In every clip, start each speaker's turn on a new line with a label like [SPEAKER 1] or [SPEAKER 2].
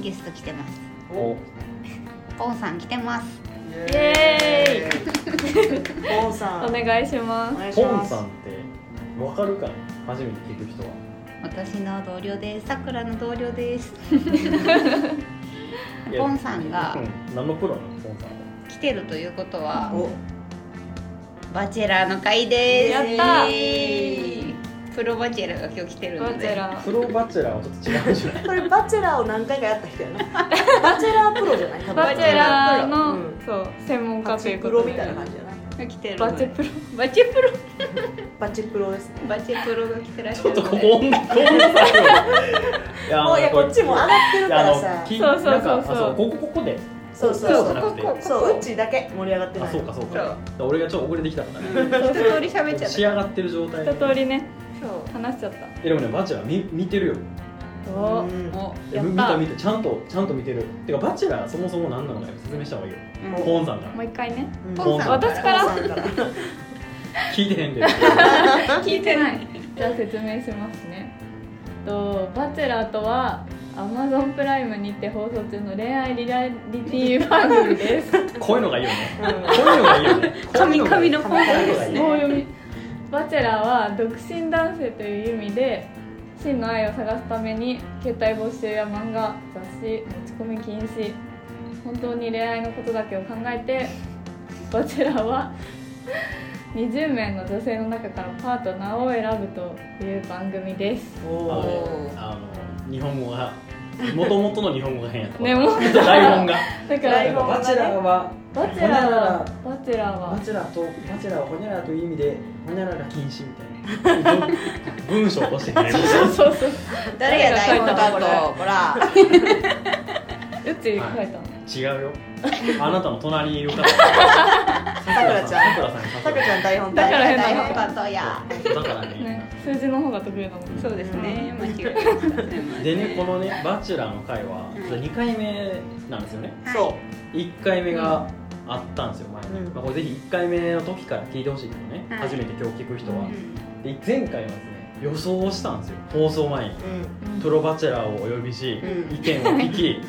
[SPEAKER 1] ゲスト来てます
[SPEAKER 2] お
[SPEAKER 1] ポンさん来てます
[SPEAKER 3] イエ
[SPEAKER 4] ーイ。ポンさん。
[SPEAKER 3] お願いしま
[SPEAKER 4] お願いし
[SPEAKER 2] ポ
[SPEAKER 4] ま
[SPEAKER 2] ン
[SPEAKER 4] す。
[SPEAKER 2] さんってわかるかな初めて聞く人は
[SPEAKER 1] 私の同僚ですさくらの同僚です
[SPEAKER 2] いや
[SPEAKER 1] ポンさんが
[SPEAKER 2] うん何のプロなのポンさんは
[SPEAKER 1] 来てるということは
[SPEAKER 4] お、
[SPEAKER 1] バチェラーの会です
[SPEAKER 3] やった
[SPEAKER 1] イエーイプロバチェラーが今日来てる
[SPEAKER 3] す。
[SPEAKER 1] の
[SPEAKER 3] バ
[SPEAKER 1] で
[SPEAKER 3] チェラー。
[SPEAKER 2] プロバチェラーは ちょっと違うじゃない
[SPEAKER 4] これバチェラーを何回かやった人やな。バチェラープロじゃない。多分
[SPEAKER 3] バチェラー
[SPEAKER 4] う
[SPEAKER 3] の
[SPEAKER 4] ん
[SPEAKER 3] そう専門家
[SPEAKER 4] バ
[SPEAKER 3] と
[SPEAKER 4] チ
[SPEAKER 3] い
[SPEAKER 4] ェ
[SPEAKER 3] うこ
[SPEAKER 4] プ
[SPEAKER 3] と
[SPEAKER 4] ロ
[SPEAKER 3] で
[SPEAKER 4] みたいな感じじゃない。
[SPEAKER 1] が来てるの
[SPEAKER 3] バ
[SPEAKER 1] で
[SPEAKER 3] チェプロ。
[SPEAKER 1] バチェプロ
[SPEAKER 4] バチェプロですね。
[SPEAKER 1] バチェプロが来てらっしゃ
[SPEAKER 2] ちょ
[SPEAKER 1] る
[SPEAKER 2] っ
[SPEAKER 1] の
[SPEAKER 2] と
[SPEAKER 1] で
[SPEAKER 2] ここ音楽音楽いや
[SPEAKER 4] もういやこっちも上がってる
[SPEAKER 2] い
[SPEAKER 4] か
[SPEAKER 2] やあ
[SPEAKER 4] ら
[SPEAKER 2] の
[SPEAKER 4] さ。
[SPEAKER 2] き
[SPEAKER 3] そうそうそう
[SPEAKER 2] なんかあそうここここで
[SPEAKER 4] そうそ
[SPEAKER 2] そ
[SPEAKER 4] う
[SPEAKER 2] う
[SPEAKER 4] そ
[SPEAKER 2] じゃな
[SPEAKER 4] う。
[SPEAKER 2] くて
[SPEAKER 1] ここ
[SPEAKER 4] そううちだけ盛り上がってな
[SPEAKER 2] あ
[SPEAKER 4] い。
[SPEAKER 2] そうかそう
[SPEAKER 1] そう
[SPEAKER 2] か俺がちょっと遅れてきたからね
[SPEAKER 1] 一通り喋っちゃった
[SPEAKER 2] 仕上がってる状態
[SPEAKER 3] 一通りね
[SPEAKER 1] そう
[SPEAKER 3] 話しちゃった。
[SPEAKER 2] えでもねバチェラー見見てるよ
[SPEAKER 3] お
[SPEAKER 4] う
[SPEAKER 3] ー
[SPEAKER 4] ん
[SPEAKER 1] お
[SPEAKER 2] え
[SPEAKER 3] やった
[SPEAKER 2] 見た見たちゃんとちゃんと見てるてかバチェラーそもそも何なのか説明した方がいいよ
[SPEAKER 1] うん
[SPEAKER 2] ポンさんから
[SPEAKER 3] もう一回ね。
[SPEAKER 4] うん
[SPEAKER 1] ポンさん
[SPEAKER 3] 私から
[SPEAKER 4] ポンさんから
[SPEAKER 2] 聞いてへんで
[SPEAKER 3] 聞いてない。じゃあ説明しますね。とバチェラーとは Amazon プライムにて放送中の恋愛リアリティ番組です。
[SPEAKER 2] こういうのがいいよね
[SPEAKER 4] うん
[SPEAKER 2] こういうのがいいよね
[SPEAKER 1] 神々のポンさんです
[SPEAKER 2] いい
[SPEAKER 1] ね
[SPEAKER 3] 棒読みバチェラーは独身男性という意味で真の愛を探すために携帯募集や漫画雑誌持ち込み禁止本当に恋愛のことだけを考えてバチェラーは20名の女性の中からパートナーを選ぶという番組です
[SPEAKER 2] あの
[SPEAKER 4] お
[SPEAKER 2] ねあの日本語がもともとの日本語が変やった
[SPEAKER 3] ねもう
[SPEAKER 2] 台本が
[SPEAKER 3] だか
[SPEAKER 4] は
[SPEAKER 3] ら
[SPEAKER 4] い
[SPEAKER 2] バチェラーは
[SPEAKER 3] バチェラーはバチェラー
[SPEAKER 2] バ
[SPEAKER 3] は
[SPEAKER 2] チェラーとバチェラーはホニャララという意味でホニャララ禁止みたい な文文章としてね
[SPEAKER 3] そうそうそう
[SPEAKER 1] 誰が台本だこれほら
[SPEAKER 3] うち書いたの
[SPEAKER 2] 違うよあなたの隣にいる方さくらさんさくらさん
[SPEAKER 4] さくちゃん台本
[SPEAKER 3] だから変な
[SPEAKER 1] 台
[SPEAKER 3] の
[SPEAKER 1] 本担当や
[SPEAKER 2] だから
[SPEAKER 3] ね
[SPEAKER 2] ね、
[SPEAKER 3] 数字の方が得意だもん
[SPEAKER 1] そうですね間違えましたすいません
[SPEAKER 2] でねこのね「バチェラー」の回は2回目なんですよね
[SPEAKER 1] はい
[SPEAKER 4] そ
[SPEAKER 2] 1回目があったんですよ前に、
[SPEAKER 4] うん
[SPEAKER 2] まあ、これぜひ1回目の時から聞いてほしいけどね、
[SPEAKER 1] はい
[SPEAKER 2] 初めて今日聞く人は、
[SPEAKER 1] うん
[SPEAKER 2] で前回はですね予想をしたんですよ放送前に
[SPEAKER 4] う。うん。
[SPEAKER 3] うん
[SPEAKER 2] プロバチェラーをお呼びし、
[SPEAKER 4] うん
[SPEAKER 2] 意見を聞き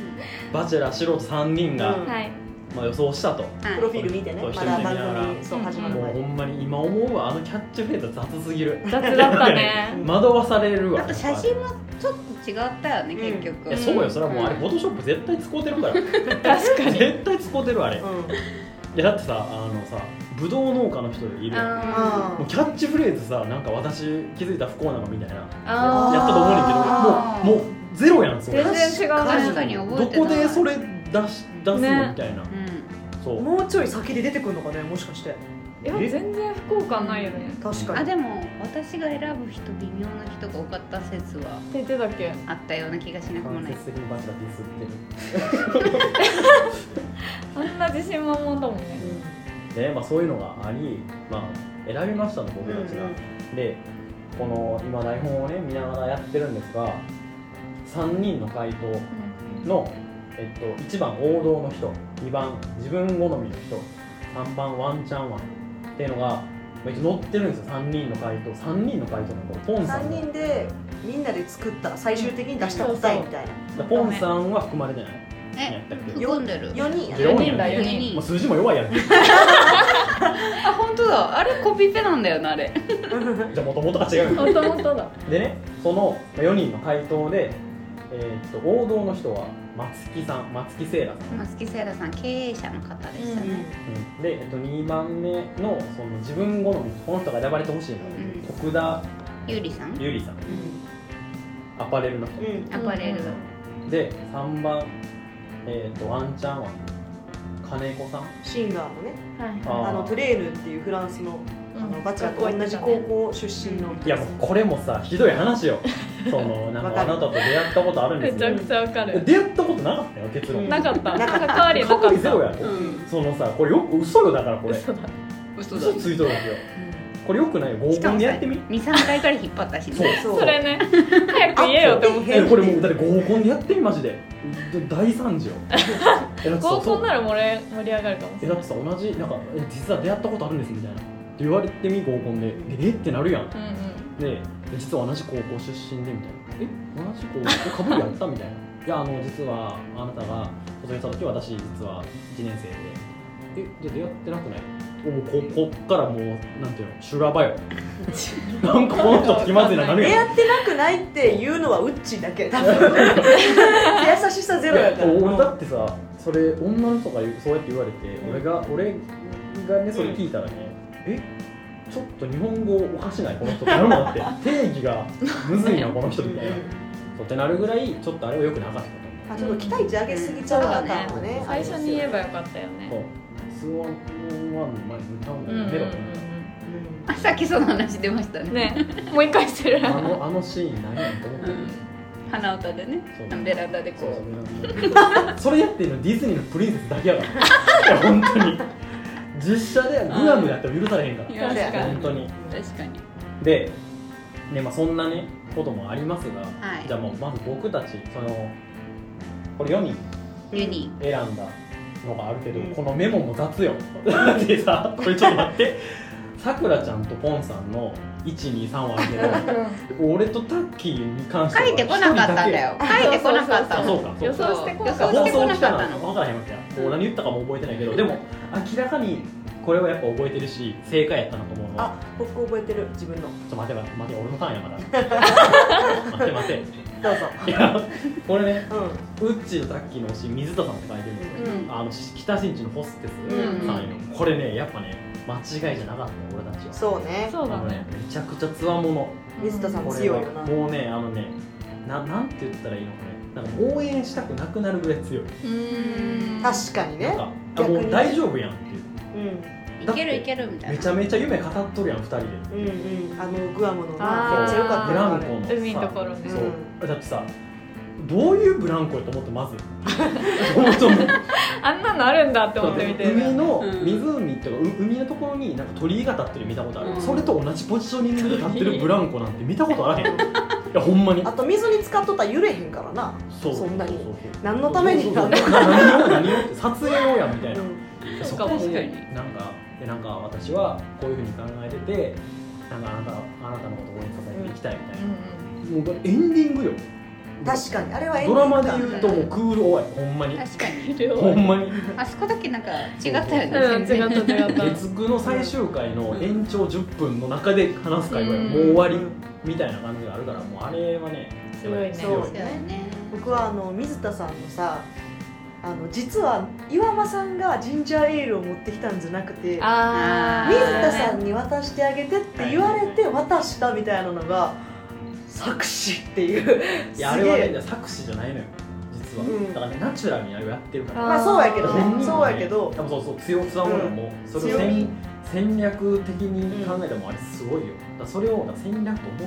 [SPEAKER 2] バチェラー素人3人が、
[SPEAKER 4] うん
[SPEAKER 3] はい
[SPEAKER 2] まあ、予想したと、
[SPEAKER 4] プロフィール見てね。
[SPEAKER 2] そう
[SPEAKER 4] ま
[SPEAKER 2] 一人で
[SPEAKER 4] だ
[SPEAKER 2] 見ながら
[SPEAKER 4] 番組そう始まる
[SPEAKER 2] もう
[SPEAKER 4] 前
[SPEAKER 2] ほ
[SPEAKER 4] に。
[SPEAKER 2] んまに今思うわあのキャッチフレーズは雑すぎる
[SPEAKER 3] 雑だった ね。
[SPEAKER 2] 惑わされるわ
[SPEAKER 1] あと写真もちょっと違ったよね、
[SPEAKER 4] うん
[SPEAKER 1] 結
[SPEAKER 2] い
[SPEAKER 1] 局
[SPEAKER 2] やそうよそれはもうあれフォトショップ絶対使うてるから
[SPEAKER 3] 確かに。
[SPEAKER 2] 絶対使うてるわあれ、
[SPEAKER 4] う
[SPEAKER 2] い
[SPEAKER 4] ん。
[SPEAKER 2] やだってさあのさぶどう農家の人いるやん
[SPEAKER 1] あ
[SPEAKER 2] もうキャッチフレーズさなんか私気づいた不幸なのみたいなやっ
[SPEAKER 3] あ
[SPEAKER 4] ー
[SPEAKER 2] たと思う
[SPEAKER 1] あ
[SPEAKER 2] ね
[SPEAKER 1] ー
[SPEAKER 2] んけどもうもうゼロやんそれ
[SPEAKER 3] 全然違う
[SPEAKER 1] ー
[SPEAKER 3] ね
[SPEAKER 1] 確かに覚え
[SPEAKER 2] ど
[SPEAKER 1] てな
[SPEAKER 2] こ
[SPEAKER 1] い
[SPEAKER 2] でそれ出し出すのみ
[SPEAKER 3] ね
[SPEAKER 2] たいな
[SPEAKER 1] う
[SPEAKER 2] そう
[SPEAKER 4] もうちょい先で出てくるのかねもしかして
[SPEAKER 3] いや全然不幸感ないよね。
[SPEAKER 4] 確
[SPEAKER 1] ん、
[SPEAKER 4] か
[SPEAKER 1] あ
[SPEAKER 4] に
[SPEAKER 1] でも私が選ぶ人微妙な人が多かった説は
[SPEAKER 3] って言ってたっけ。
[SPEAKER 1] あったような気がしなくも
[SPEAKER 2] 間
[SPEAKER 1] ない
[SPEAKER 2] 接的にバチバチディスっ
[SPEAKER 3] あんな自信満々だもんね。
[SPEAKER 2] てるで、まあ、そういうのがあり、まあ、選びましたの僕たちが、でこの今台本をね見ながらやってるんですが3人の回答の、えっと、1番王道の人2番自分好みの人3番ワンチャンワンっていうのがまあ一応載ってるんですよ3人の回答3人の回答なんだポンさん
[SPEAKER 4] 3人でみんなで作った最終的に出した答えみたいな
[SPEAKER 2] がポンさんは含まれてない
[SPEAKER 1] え
[SPEAKER 2] だっけ
[SPEAKER 1] 含んでる
[SPEAKER 4] 4人や
[SPEAKER 3] 四
[SPEAKER 4] ね
[SPEAKER 3] 人だ四
[SPEAKER 1] 人
[SPEAKER 2] もう数字も弱いやんじ
[SPEAKER 1] あ本当だあれコピペなんだよなあれ
[SPEAKER 2] ゃあもともとが違う
[SPEAKER 3] もともとだ。
[SPEAKER 2] でねその4人の回答で、えっと王道の人は松木さん松木聖羅さん
[SPEAKER 1] 松木聖羅さん経営者の方でしたね、
[SPEAKER 2] で、えっと、2番目のその自分好みこの人が選ばれてほしいのは、
[SPEAKER 1] うん
[SPEAKER 2] 徳田
[SPEAKER 1] ゆりさん、
[SPEAKER 2] 優里さん
[SPEAKER 1] う
[SPEAKER 2] アパレルの人、
[SPEAKER 4] うん
[SPEAKER 1] ん、アパレル、
[SPEAKER 2] で3番、えっとワンチャンは金子さん
[SPEAKER 4] シンガーのね
[SPEAKER 3] はい。
[SPEAKER 2] あー
[SPEAKER 4] あのトレーヌっていうフランスのあのバチェラと同じ高校出身の
[SPEAKER 2] いやもうこれもさひどい話 よそのなん
[SPEAKER 4] わ
[SPEAKER 2] か
[SPEAKER 4] か
[SPEAKER 2] あ
[SPEAKER 4] る
[SPEAKER 2] なたと出会ったことあるんで
[SPEAKER 3] め
[SPEAKER 2] す
[SPEAKER 3] ちゃ
[SPEAKER 2] よ
[SPEAKER 3] くちゃわかる。
[SPEAKER 2] 出会ったことなかったよ結論、
[SPEAKER 4] うん
[SPEAKER 3] なかった。
[SPEAKER 4] なかった
[SPEAKER 3] 関わりなか
[SPEAKER 2] 過
[SPEAKER 3] っ
[SPEAKER 2] 去ゼロやろ、
[SPEAKER 1] うん
[SPEAKER 2] そのさこれよく嘘よだからこれ
[SPEAKER 3] 嘘だ
[SPEAKER 1] 嘘
[SPEAKER 2] 嘘ついとるんですよこれよくないよ合コンでやってみ
[SPEAKER 1] 23回から引っ張ったしね
[SPEAKER 2] そう
[SPEAKER 4] そ
[SPEAKER 3] た。
[SPEAKER 4] う
[SPEAKER 3] それね。早く言えよって思っ
[SPEAKER 2] え
[SPEAKER 3] て。
[SPEAKER 2] これもうだって合コンでやってみマジでで大惨 事よえだってさ
[SPEAKER 3] 合コンなら盛り盛り上がるかもし
[SPEAKER 2] え
[SPEAKER 3] れ
[SPEAKER 2] だ
[SPEAKER 3] な
[SPEAKER 2] って。
[SPEAKER 3] い
[SPEAKER 2] さ同じなんかえ実は出会ったことあるんですみたいなって言われてみ合コンででえってなるやん
[SPEAKER 3] うんうん。
[SPEAKER 2] で実は同じ高校出身でみたいなえ同じ高校かぶりやったみたいないやあの実はあなたが卒業した時私実は1年生でえじゃあ出会ってなくないもうここっからもうなんていうの修羅場よなんかこの人気まずいななる
[SPEAKER 4] 出
[SPEAKER 2] やん
[SPEAKER 4] 会ってなくないって言うのはウッチだけ多分優しさゼロやから
[SPEAKER 2] いや俺だってさそれ女の人が言うそうやって言われて、
[SPEAKER 4] ん
[SPEAKER 2] 俺が俺がねそれ聞いたらね、えちょっと日本語おかしないこの人ってなるもんだって定義がむずいなこの人みたいなそうってなるぐらいちょっとあれは良くなかったと
[SPEAKER 4] あちょっと期待値上げすぎちゃうかったのね
[SPEAKER 3] 最初に言えばよかったよね
[SPEAKER 2] 思う、そう2ワンワンの前に歌うんだ
[SPEAKER 3] うんう
[SPEAKER 2] よ
[SPEAKER 3] んうん
[SPEAKER 2] ヘロ、
[SPEAKER 4] うん
[SPEAKER 1] あさっきその話出ましたね
[SPEAKER 3] ねもう一回してる
[SPEAKER 2] あのあのシーン何やんと思った
[SPEAKER 1] う
[SPEAKER 2] よ
[SPEAKER 1] ん鼻歌でね
[SPEAKER 2] そう
[SPEAKER 1] ベランダでこ
[SPEAKER 2] そううそうそれやってるのディズニーのプリンセスだけや からいや本当に実写でグアムやったら許されへんから
[SPEAKER 1] いや
[SPEAKER 3] 確かに
[SPEAKER 2] 本当に
[SPEAKER 1] 確かに
[SPEAKER 2] で、ねまあ、そんなねこともありますが、
[SPEAKER 1] はい
[SPEAKER 2] じゃあもうまず僕たちそのこれ4人
[SPEAKER 1] ユニ
[SPEAKER 2] 選んだのがあるけど、
[SPEAKER 4] うん
[SPEAKER 2] このメモも雑よだってさこれちょっと待って さくらちゃんとポンさんの123はあるけど 俺とタッキーに関しては
[SPEAKER 1] 書いてこなかったんだよ書いてこなかった
[SPEAKER 2] あ
[SPEAKER 1] の
[SPEAKER 2] そうかそう
[SPEAKER 3] 予
[SPEAKER 2] か
[SPEAKER 3] 想してこな
[SPEAKER 1] 予
[SPEAKER 3] か
[SPEAKER 2] 放
[SPEAKER 3] っ
[SPEAKER 1] 想し
[SPEAKER 3] た
[SPEAKER 1] てこ
[SPEAKER 2] 送
[SPEAKER 1] な
[SPEAKER 2] した
[SPEAKER 1] かった
[SPEAKER 2] の
[SPEAKER 1] の
[SPEAKER 2] 分からへんわけやもう何言ったかも覚えてないけどでも明らかにこれはやっぱ覚えてるし正解やったなと思うのは
[SPEAKER 4] あ僕覚えてる自分の
[SPEAKER 2] ちょ待て待て待て俺のターンやから 待て待 て
[SPEAKER 4] どうぞ
[SPEAKER 2] いやこれね
[SPEAKER 4] うん
[SPEAKER 2] ウッチーとタッキーの推し水田さんって書いてるんですよ、
[SPEAKER 1] うん
[SPEAKER 2] あの北新地のホステス
[SPEAKER 1] うん
[SPEAKER 2] さんよ、これねやっぱね間違いじゃなかったね俺たちは
[SPEAKER 4] そうね
[SPEAKER 3] そうだ
[SPEAKER 2] あのね
[SPEAKER 3] ね
[SPEAKER 2] めちゃくちゃつわもの
[SPEAKER 4] 水田さん
[SPEAKER 2] これ
[SPEAKER 4] 強い
[SPEAKER 2] は
[SPEAKER 4] よな
[SPEAKER 2] もうねあのねななんて言ったらいいのかねなんか応援したくなくなるぐらい強い、
[SPEAKER 1] うーん
[SPEAKER 4] 確かに
[SPEAKER 2] なん
[SPEAKER 4] ね
[SPEAKER 2] かあ
[SPEAKER 4] 逆に
[SPEAKER 2] もう大丈夫やんっていう
[SPEAKER 4] うん
[SPEAKER 1] いけるいけるみたいな
[SPEAKER 2] めちゃめちゃ夢語っとるやん2人で
[SPEAKER 4] うんうんあのグアムの
[SPEAKER 3] あー
[SPEAKER 4] なめっちゃ良かった
[SPEAKER 2] ブ
[SPEAKER 4] よ
[SPEAKER 2] ラ
[SPEAKER 4] あ
[SPEAKER 2] ンコ
[SPEAKER 4] れ
[SPEAKER 2] のさ
[SPEAKER 3] 海のところね
[SPEAKER 2] そう
[SPEAKER 4] う
[SPEAKER 2] だってさどういうブランコやと思ってまず 思っても
[SPEAKER 3] あんなのあるんだって
[SPEAKER 2] だ
[SPEAKER 3] 思
[SPEAKER 2] っ
[SPEAKER 3] って
[SPEAKER 2] て
[SPEAKER 3] みて
[SPEAKER 2] 海の
[SPEAKER 1] うん
[SPEAKER 2] 湖っていうかう海のところになんか鳥居が立ってるの見たことある、
[SPEAKER 1] うん
[SPEAKER 2] それと同じポジショニングで立ってるブランコなんて見たことあらへんいやほんまに
[SPEAKER 4] あと水に浸かっとったら揺れへんからな
[SPEAKER 2] そう
[SPEAKER 4] そんなに
[SPEAKER 2] うう
[SPEAKER 4] 何のために
[SPEAKER 2] そうそうそう何を何をって撮影用やんみたいな、
[SPEAKER 3] ん
[SPEAKER 2] そこも
[SPEAKER 3] 確かに
[SPEAKER 2] なんかでなんか私はこういうふうに考えててなんかあなたあなたのことを応援させていきたいみたいな、もうこれエンディングよ
[SPEAKER 4] 確かにあれはエン
[SPEAKER 2] ド
[SPEAKER 4] デ
[SPEAKER 2] ラ
[SPEAKER 4] ィン
[SPEAKER 2] マ
[SPEAKER 4] グ
[SPEAKER 2] で
[SPEAKER 4] だ
[SPEAKER 2] 言うともうクール終わりほんまに
[SPEAKER 1] 確かに
[SPEAKER 2] ほんまに
[SPEAKER 1] あそこだけなんか違ったよね
[SPEAKER 3] うん、違
[SPEAKER 1] 全然
[SPEAKER 3] った 違った
[SPEAKER 2] 月9の最終回の延長10分の中で話す会話やもう終わりみたいな感じがあるからもうあれはね
[SPEAKER 3] すごいね
[SPEAKER 2] 強
[SPEAKER 1] そうだよね
[SPEAKER 4] 僕はあの水田さんのさあの実は岩間さんがジンジャーエールを持ってきたんじゃなくて
[SPEAKER 3] あー
[SPEAKER 4] 水田さんに渡してあげてって言われて渡したみたいなのが作詞っていう
[SPEAKER 2] い
[SPEAKER 4] す
[SPEAKER 2] やあれは
[SPEAKER 4] げ
[SPEAKER 2] ね
[SPEAKER 4] え
[SPEAKER 2] 作詞じゃないのよ実は、
[SPEAKER 4] うん
[SPEAKER 2] だからねナチュラルにあれをやってるから
[SPEAKER 3] あ
[SPEAKER 4] まあそうやけど
[SPEAKER 2] 本人も
[SPEAKER 4] ね
[SPEAKER 2] ね
[SPEAKER 4] そうやけど
[SPEAKER 2] 多分そうそう強さものも、それを
[SPEAKER 4] 強み
[SPEAKER 2] 戦戦略的に考えてもあれすごいよだからそれをなんか戦略と思ってなって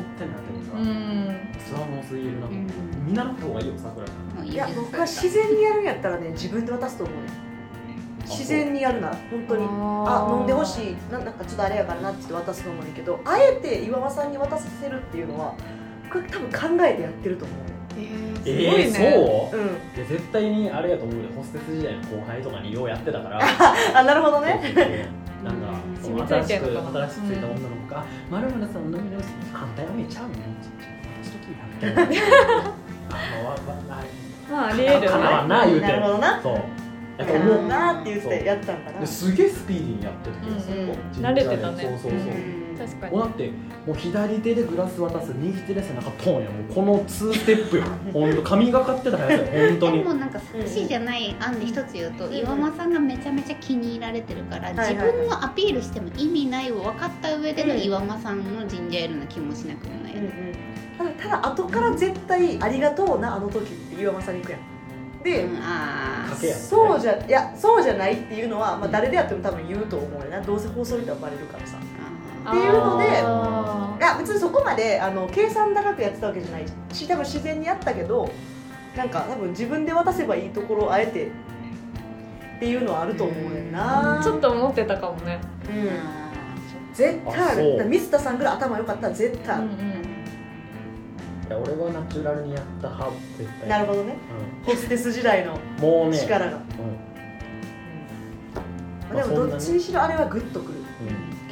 [SPEAKER 2] るか
[SPEAKER 3] う
[SPEAKER 2] ら、
[SPEAKER 3] ん
[SPEAKER 2] つわものすぎるな、
[SPEAKER 1] うん
[SPEAKER 2] 見習った方がいいよ桜井
[SPEAKER 1] もういい
[SPEAKER 4] い
[SPEAKER 1] で
[SPEAKER 4] や
[SPEAKER 1] す
[SPEAKER 4] 僕は自然にやるんやったらね自分で渡すと思うね自然にやるなら本当にあ飲んでほしいななんかちょっとあれやからなって言って渡すのもいいけどあえて岩間さんに渡させるっていうのはこれ多分考えてやってると思う
[SPEAKER 2] え
[SPEAKER 3] すごいね
[SPEAKER 2] ー、そう、
[SPEAKER 4] ね
[SPEAKER 2] いや絶対にあれやと思うでホステス時代の後輩とかにようやってたから
[SPEAKER 4] うんあなるほどね
[SPEAKER 2] そうそうそうなんか
[SPEAKER 4] うん
[SPEAKER 2] その
[SPEAKER 3] 染
[SPEAKER 2] 新
[SPEAKER 3] みつい
[SPEAKER 2] して
[SPEAKER 3] ん
[SPEAKER 2] く
[SPEAKER 3] のかな
[SPEAKER 2] 新しくついた女の子が「まるまるさん飲み直す簡単やめちゃうよ」ちょっと私ときや」みたいなあわわわ
[SPEAKER 3] まあありえるよ
[SPEAKER 2] かな
[SPEAKER 3] ね
[SPEAKER 2] わんな言うて
[SPEAKER 4] なるほどな
[SPEAKER 2] そうやと
[SPEAKER 4] か
[SPEAKER 2] 思
[SPEAKER 4] な
[SPEAKER 2] う
[SPEAKER 4] なって言ってやったんかな
[SPEAKER 2] ですげえスピーディーにやってる気がす
[SPEAKER 1] うん
[SPEAKER 2] る、
[SPEAKER 1] うん
[SPEAKER 2] こう
[SPEAKER 3] 慣れてたね
[SPEAKER 2] そうそうそう、
[SPEAKER 4] うん
[SPEAKER 3] 確かに
[SPEAKER 2] もうだってもう左手でグラス渡す右手で背中ポンやもうこの2ステップよほんと神がかってたやつよほんと
[SPEAKER 1] で
[SPEAKER 2] に
[SPEAKER 1] もなんか作詞じゃない案で一つ言うと、
[SPEAKER 4] ん
[SPEAKER 1] 岩間さんがめちゃめちゃ気に入られてるから、
[SPEAKER 4] いはいはい
[SPEAKER 1] 自分のアピールしても意味ないを分かった上での
[SPEAKER 4] うん
[SPEAKER 1] 岩間さんのジンジャーエールな気もしなくもない、
[SPEAKER 4] うんうんただただ後から絶対「ありがとうなあの時」って岩間さんに行くやんで、
[SPEAKER 1] うんあ
[SPEAKER 2] か
[SPEAKER 1] あ
[SPEAKER 2] けやん
[SPEAKER 4] そうじゃいやそうじゃないっていうのは、まあ、誰であっても多分言うと思うよなどうせ放送見たらバレるからさ
[SPEAKER 1] あ
[SPEAKER 4] っていうので
[SPEAKER 3] あ
[SPEAKER 4] いや別にそこまであの計算高くやってたわけじゃないし多分自然にやったけどなんか多分自分で渡せばいいところをあえてっていうのはあると思うねんな
[SPEAKER 3] ーちょっと思ってたかもね
[SPEAKER 4] うん
[SPEAKER 1] ーあーそっ
[SPEAKER 4] 絶対あ
[SPEAKER 2] あそう
[SPEAKER 4] るだから水田さんぐらい頭良かったら絶対あ
[SPEAKER 3] う
[SPEAKER 4] る、
[SPEAKER 3] ん
[SPEAKER 2] いや俺はナチュラルにやった派絶対
[SPEAKER 4] なるほどねホステス時代の
[SPEAKER 2] うんもうね
[SPEAKER 4] 力が、
[SPEAKER 2] うまあそんな
[SPEAKER 4] まあでもどっ
[SPEAKER 2] ね
[SPEAKER 4] ちにしろあれはグッとく
[SPEAKER 2] ん
[SPEAKER 4] る
[SPEAKER 2] うん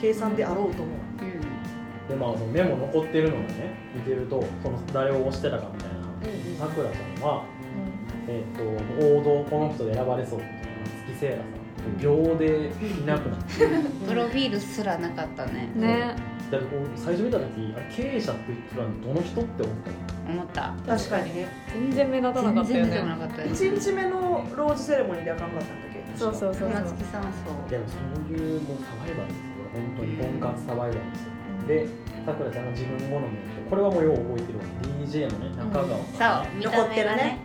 [SPEAKER 4] 計算であろうと思う
[SPEAKER 1] かうん
[SPEAKER 2] でまあそのメモ残ってるのがね見てるとその誰を押してたかみたいなさくらちゃんは
[SPEAKER 3] うん
[SPEAKER 2] えっと王道この人で選ばれそうっていうのが月聖羅さん秒でいなくなって
[SPEAKER 1] プロフィールすらなかったね
[SPEAKER 3] ね
[SPEAKER 2] だからこう最初見た時あれ経営者って言ってたのどの人って思ったの
[SPEAKER 1] 思った
[SPEAKER 4] 確かにね
[SPEAKER 3] 全然目立たなか
[SPEAKER 1] 全
[SPEAKER 3] っ
[SPEAKER 1] 然出
[SPEAKER 3] たよ
[SPEAKER 1] てこ
[SPEAKER 3] ね
[SPEAKER 1] なかったよね
[SPEAKER 4] 1日目のローズセレモニーではあかんかったんだっけ
[SPEAKER 3] そうそうそう
[SPEAKER 1] 船月さんはそ
[SPEAKER 2] でもそういうもうサバイバルですよこれ本当に婚活サバイバルですよ、でさくらちゃんが自分好みの人これはもうよう覚えてるわ DJ のね中川
[SPEAKER 1] う
[SPEAKER 2] さん、
[SPEAKER 1] そう
[SPEAKER 2] ね
[SPEAKER 1] 見た目がね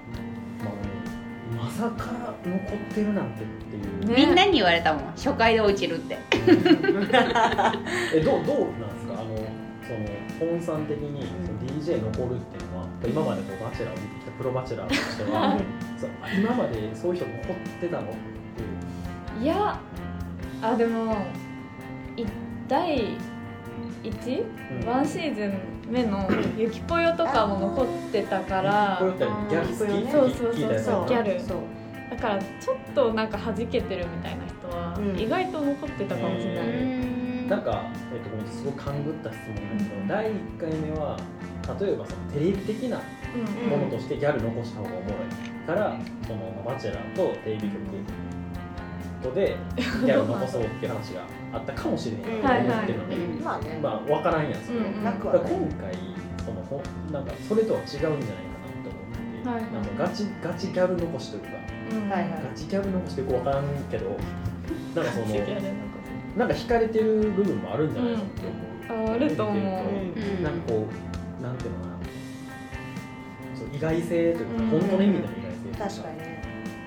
[SPEAKER 2] まあ、まさか残ってるなんてっていう、
[SPEAKER 3] ね
[SPEAKER 1] みんなに言われたもん初回で落ちるって
[SPEAKER 2] えどうどうなんですかあのその本さん的にその DJ 残るっていうのは今までこうバチェラーを見てきたプロバチェラーとしてはそう今までそういう人残ってたのっていう
[SPEAKER 3] いやあでもい第 1?
[SPEAKER 2] うん
[SPEAKER 3] ワンシーズン目の「ゆきぽよ」とかも残ってたから
[SPEAKER 2] こういったギャル好きって
[SPEAKER 3] そうそうそう
[SPEAKER 2] 聞いたやつ
[SPEAKER 3] そうギャル
[SPEAKER 4] そう
[SPEAKER 3] だからちょっとなんか弾けてるみたいな人は
[SPEAKER 4] うん
[SPEAKER 3] 意外と残ってたかもしれない、
[SPEAKER 2] へなん
[SPEAKER 1] か
[SPEAKER 2] か、えっと、ごめんすごい勘ぐった質問なんだけど、
[SPEAKER 3] うん
[SPEAKER 2] 第1回目は例えばそのテレビ的な
[SPEAKER 3] うん
[SPEAKER 2] ものとしてギャル残した方がおもろいから「そのバチェラー」とテレビ局とでギャル残そうっていう話があったかもしれないと思ってるので、
[SPEAKER 1] うん
[SPEAKER 4] まあね、
[SPEAKER 2] まあ分からんやんそれは、
[SPEAKER 3] うん
[SPEAKER 4] なく
[SPEAKER 2] だ
[SPEAKER 4] は
[SPEAKER 2] か
[SPEAKER 4] な
[SPEAKER 2] ら
[SPEAKER 4] い
[SPEAKER 2] 今回そのほなんかそれとは違うんじゃないかなと思って、
[SPEAKER 3] はい
[SPEAKER 2] なんかガチガチギャル残しというか
[SPEAKER 3] うん
[SPEAKER 4] はいはい
[SPEAKER 2] ガチギャル残しというか分からんけどなんか そ
[SPEAKER 3] ギャ
[SPEAKER 2] の
[SPEAKER 3] ルのこ
[SPEAKER 2] なんか惹かれてる部分もあるんじゃないかなって思う。
[SPEAKER 3] とああると思う
[SPEAKER 1] うん
[SPEAKER 2] なんかこう、なんていうのかな、そう意外性というか、
[SPEAKER 3] うん
[SPEAKER 2] 本当の意味での意外性という
[SPEAKER 4] 確かにね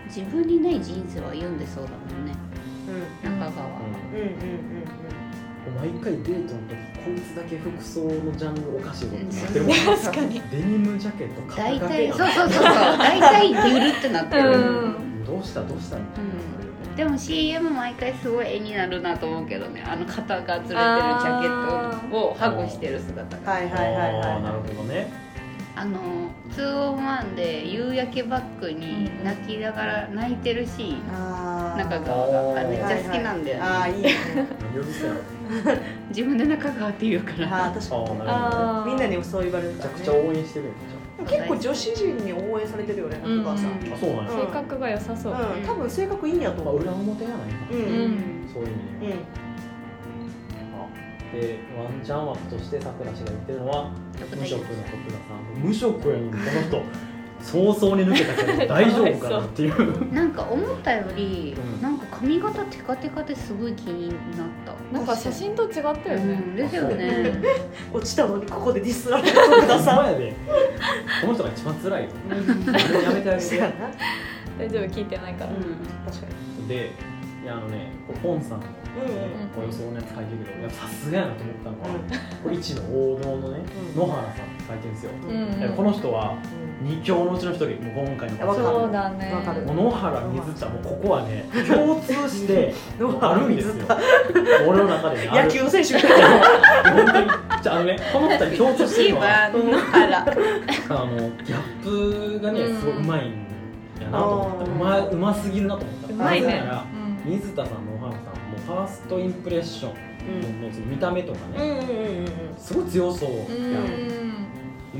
[SPEAKER 1] 自分にない人生は読んでそうだもんね
[SPEAKER 4] う
[SPEAKER 1] 中川
[SPEAKER 4] んうんう
[SPEAKER 2] う
[SPEAKER 4] んうんうん
[SPEAKER 2] ん毎回デートの時こいつだけ服装のジャンルおかしいことになってるもん、
[SPEAKER 1] うん
[SPEAKER 3] 確かに
[SPEAKER 2] デニムジャケット肩
[SPEAKER 1] 大
[SPEAKER 2] 掛け
[SPEAKER 1] 体
[SPEAKER 2] やん
[SPEAKER 1] そうそうそうそう 大体ゆるってなってる、
[SPEAKER 3] うん
[SPEAKER 2] どうしたどうしたみたいな、
[SPEAKER 1] でも CM 毎回すごい絵になるなと思うけどねあの肩がずれてるジャケットをハグしてる姿があ
[SPEAKER 4] はいはいはい
[SPEAKER 2] あーなる
[SPEAKER 4] は
[SPEAKER 2] ほどね
[SPEAKER 1] の201で夕焼けバックに泣きながら泣いてるシーン
[SPEAKER 4] いあー
[SPEAKER 1] 中川があめっちゃ好きなんだよね、
[SPEAKER 4] はいはいあーいい ね
[SPEAKER 2] 呼び捨てなの
[SPEAKER 1] 自分で中川って言うから
[SPEAKER 4] あー確かに
[SPEAKER 2] あーなるほど
[SPEAKER 3] あー
[SPEAKER 4] みんなにそう言われる
[SPEAKER 2] めちゃ
[SPEAKER 4] から
[SPEAKER 2] く
[SPEAKER 4] ね
[SPEAKER 2] ちゃ応援してるやん
[SPEAKER 4] 結構女子陣に応援されてるよね中川さん
[SPEAKER 2] じゃああそうなんや、
[SPEAKER 4] うん
[SPEAKER 3] 性格が良さそう、
[SPEAKER 4] うん多分性格いいんやと
[SPEAKER 2] まあ
[SPEAKER 4] 思う
[SPEAKER 2] 裏表やないか
[SPEAKER 4] う
[SPEAKER 1] うんん
[SPEAKER 2] そういう意味で言うと
[SPEAKER 4] うん
[SPEAKER 2] あでワンチャン枠としてさくら氏が言ってるのは
[SPEAKER 1] 特
[SPEAKER 2] 無
[SPEAKER 1] 待
[SPEAKER 2] 職
[SPEAKER 1] 生
[SPEAKER 2] の徳田さん無職やのにこの人早々に抜けたけど大丈夫かなっていう
[SPEAKER 1] なんか思ったより、
[SPEAKER 2] うん
[SPEAKER 1] なんか髪型テカテカですごい気になった
[SPEAKER 3] なんか写真と違ったよ
[SPEAKER 1] う
[SPEAKER 3] ね、
[SPEAKER 1] んですよね
[SPEAKER 4] 落ちたのにここでディスられる徳田
[SPEAKER 2] ほん
[SPEAKER 4] さ
[SPEAKER 2] まやでこの人が一番辛いよ
[SPEAKER 4] んうん
[SPEAKER 2] あれやめてあげ
[SPEAKER 4] そ
[SPEAKER 2] て
[SPEAKER 4] うやな
[SPEAKER 3] 大丈夫聞いてないから、
[SPEAKER 1] う
[SPEAKER 4] 確かに
[SPEAKER 2] でいやあのねこうポンさんの
[SPEAKER 4] うんうん
[SPEAKER 3] ん
[SPEAKER 2] およそのやつ書いてるけどやっぱさすがやなと思ったのはこれ一の王道のね
[SPEAKER 4] うん
[SPEAKER 2] 野原さんって書いてるんですよ
[SPEAKER 4] う
[SPEAKER 3] うん
[SPEAKER 4] ん
[SPEAKER 2] いやこの人は
[SPEAKER 4] うん
[SPEAKER 2] 二強のうちの一人もう今回の
[SPEAKER 4] わかる
[SPEAKER 3] そうだね
[SPEAKER 4] わかる
[SPEAKER 2] もう野原水田もうここは ね共通して
[SPEAKER 4] 野
[SPEAKER 2] あ
[SPEAKER 4] 原
[SPEAKER 2] るんですよ
[SPEAKER 4] 水
[SPEAKER 2] 俺の中でねある
[SPEAKER 4] 野球選手みたいな
[SPEAKER 2] 本当にじゃああのねこの二人共通してるのは
[SPEAKER 1] ん野原
[SPEAKER 2] あのギャップがね
[SPEAKER 3] うん
[SPEAKER 2] すごいうまいんやなと思った
[SPEAKER 4] あー
[SPEAKER 2] うまいうますぎるなと思った
[SPEAKER 3] うまいね
[SPEAKER 2] なぜなら
[SPEAKER 3] うん
[SPEAKER 2] 水田さんのおはるさんもファーストインプレッションのその見た目とか
[SPEAKER 4] うん
[SPEAKER 2] ね、
[SPEAKER 4] うんうんうんうん
[SPEAKER 2] すごい強そうやん
[SPEAKER 3] うん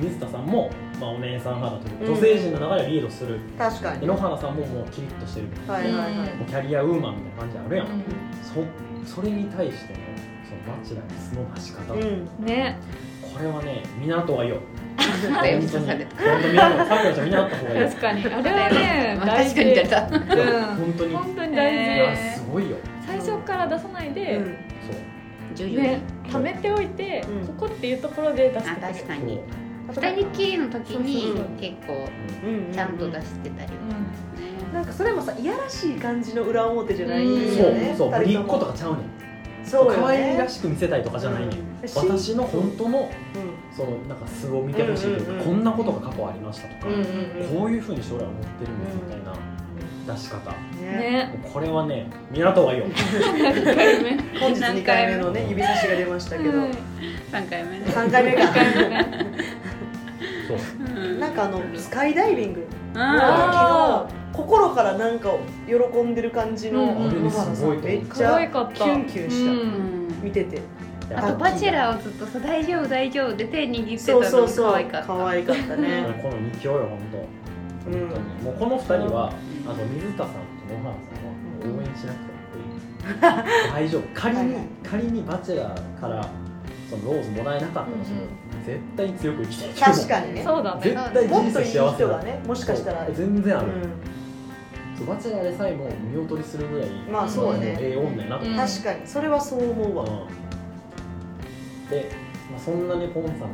[SPEAKER 2] 水田さんも、まあ、お姉さん派だというか
[SPEAKER 4] うん
[SPEAKER 2] 女性陣の中ではリードする、
[SPEAKER 4] 確かに
[SPEAKER 2] 井ノ原さんももうキリッとしてる
[SPEAKER 4] はいはいはい
[SPEAKER 2] もうキャリアウーマンみたいな感じあるやん、
[SPEAKER 3] う
[SPEAKER 2] そそれに対してのそのバチェラーの素の出し方、
[SPEAKER 4] う
[SPEAKER 2] こ
[SPEAKER 4] ん
[SPEAKER 3] んね
[SPEAKER 2] れはね見習った方がいい よ本当に本当
[SPEAKER 1] 全部刺された
[SPEAKER 2] 見習ったさくらちゃん見習った方がいいよ
[SPEAKER 3] 確かにあれはね
[SPEAKER 1] まあ
[SPEAKER 3] 大
[SPEAKER 1] 確
[SPEAKER 3] 事
[SPEAKER 1] かに出た
[SPEAKER 3] うん
[SPEAKER 2] 本当に、
[SPEAKER 3] 本当に大事、
[SPEAKER 2] いやすごいよ
[SPEAKER 3] 最初から出さないで、
[SPEAKER 4] うん
[SPEAKER 2] そう
[SPEAKER 1] 徐々に、
[SPEAKER 3] ね、貯めておいて、
[SPEAKER 4] うん
[SPEAKER 3] ここっていうところで出して
[SPEAKER 1] あ
[SPEAKER 3] くれる
[SPEAKER 1] 確か
[SPEAKER 2] そう
[SPEAKER 1] に二人きりの時に
[SPEAKER 4] そうそうそう
[SPEAKER 1] 結構
[SPEAKER 4] うんうんうん
[SPEAKER 1] ちゃんと出してたりはね
[SPEAKER 4] なんかそれもさいやらしい感じの裏表じゃない
[SPEAKER 3] うん
[SPEAKER 4] よね
[SPEAKER 2] そうそうぶ
[SPEAKER 4] 二
[SPEAKER 2] り
[SPEAKER 4] 人
[SPEAKER 2] っ子とかちゃうねん
[SPEAKER 4] そう
[SPEAKER 2] 可
[SPEAKER 4] よ
[SPEAKER 2] 愛い
[SPEAKER 4] ね
[SPEAKER 2] らしく見せたいとかじゃないねん
[SPEAKER 4] し
[SPEAKER 2] 私の本当の
[SPEAKER 4] うん
[SPEAKER 2] そのなんか素を見てほしいというか、
[SPEAKER 4] うんうんうん
[SPEAKER 2] こんなことが過去ありましたとか、
[SPEAKER 4] うんうんうん
[SPEAKER 2] こういうふうに将来思ってるんですみたいな出し方、
[SPEAKER 4] ね
[SPEAKER 3] ね
[SPEAKER 2] これはね見習った方がいいよ
[SPEAKER 3] 何回 目
[SPEAKER 4] 本日2回目のね指差しが出ましたけど
[SPEAKER 3] うん
[SPEAKER 1] 3回目ね
[SPEAKER 4] 3回目が
[SPEAKER 2] そう
[SPEAKER 1] うん
[SPEAKER 4] なんかあのスカイダイビング
[SPEAKER 1] あ
[SPEAKER 4] の時の心からなんか喜んでる感じの
[SPEAKER 3] うん
[SPEAKER 4] 野原さんめっち
[SPEAKER 3] 可愛
[SPEAKER 4] ゃ
[SPEAKER 3] かった
[SPEAKER 4] キュンキュンした
[SPEAKER 3] う
[SPEAKER 1] ーうんん
[SPEAKER 4] 見てて
[SPEAKER 1] あと「バチェラー」をずっとさ「大丈夫大丈夫」で手握ってた
[SPEAKER 4] そう
[SPEAKER 1] の
[SPEAKER 4] そう
[SPEAKER 1] が
[SPEAKER 4] そう
[SPEAKER 1] 可愛かった
[SPEAKER 4] 可愛かったね
[SPEAKER 2] この二強よ本本当に、もうこの二人はあの水田さんと野原さんは応援しなくてもいい大丈夫仮に
[SPEAKER 4] はいはい
[SPEAKER 2] 仮にバチェラーからそのローズもらえなかったとしても、絶対に強く生きていける
[SPEAKER 4] 確かにね
[SPEAKER 3] そうだね
[SPEAKER 2] 絶対
[SPEAKER 4] も
[SPEAKER 2] 人
[SPEAKER 4] っ
[SPEAKER 2] 生
[SPEAKER 4] とい
[SPEAKER 2] 幸
[SPEAKER 4] い
[SPEAKER 2] せ
[SPEAKER 4] 人
[SPEAKER 2] だ
[SPEAKER 4] がねもしかしたら、
[SPEAKER 2] そう
[SPEAKER 4] う
[SPEAKER 2] 全然ある、
[SPEAKER 4] ん、
[SPEAKER 2] そうバチェラーでさえも見劣りするぐらい
[SPEAKER 4] まあそうだね
[SPEAKER 2] もええ女やなと
[SPEAKER 3] うん
[SPEAKER 4] 確かにそれはそう思うわ、
[SPEAKER 2] うんで、まあ、そんなにポンさんでも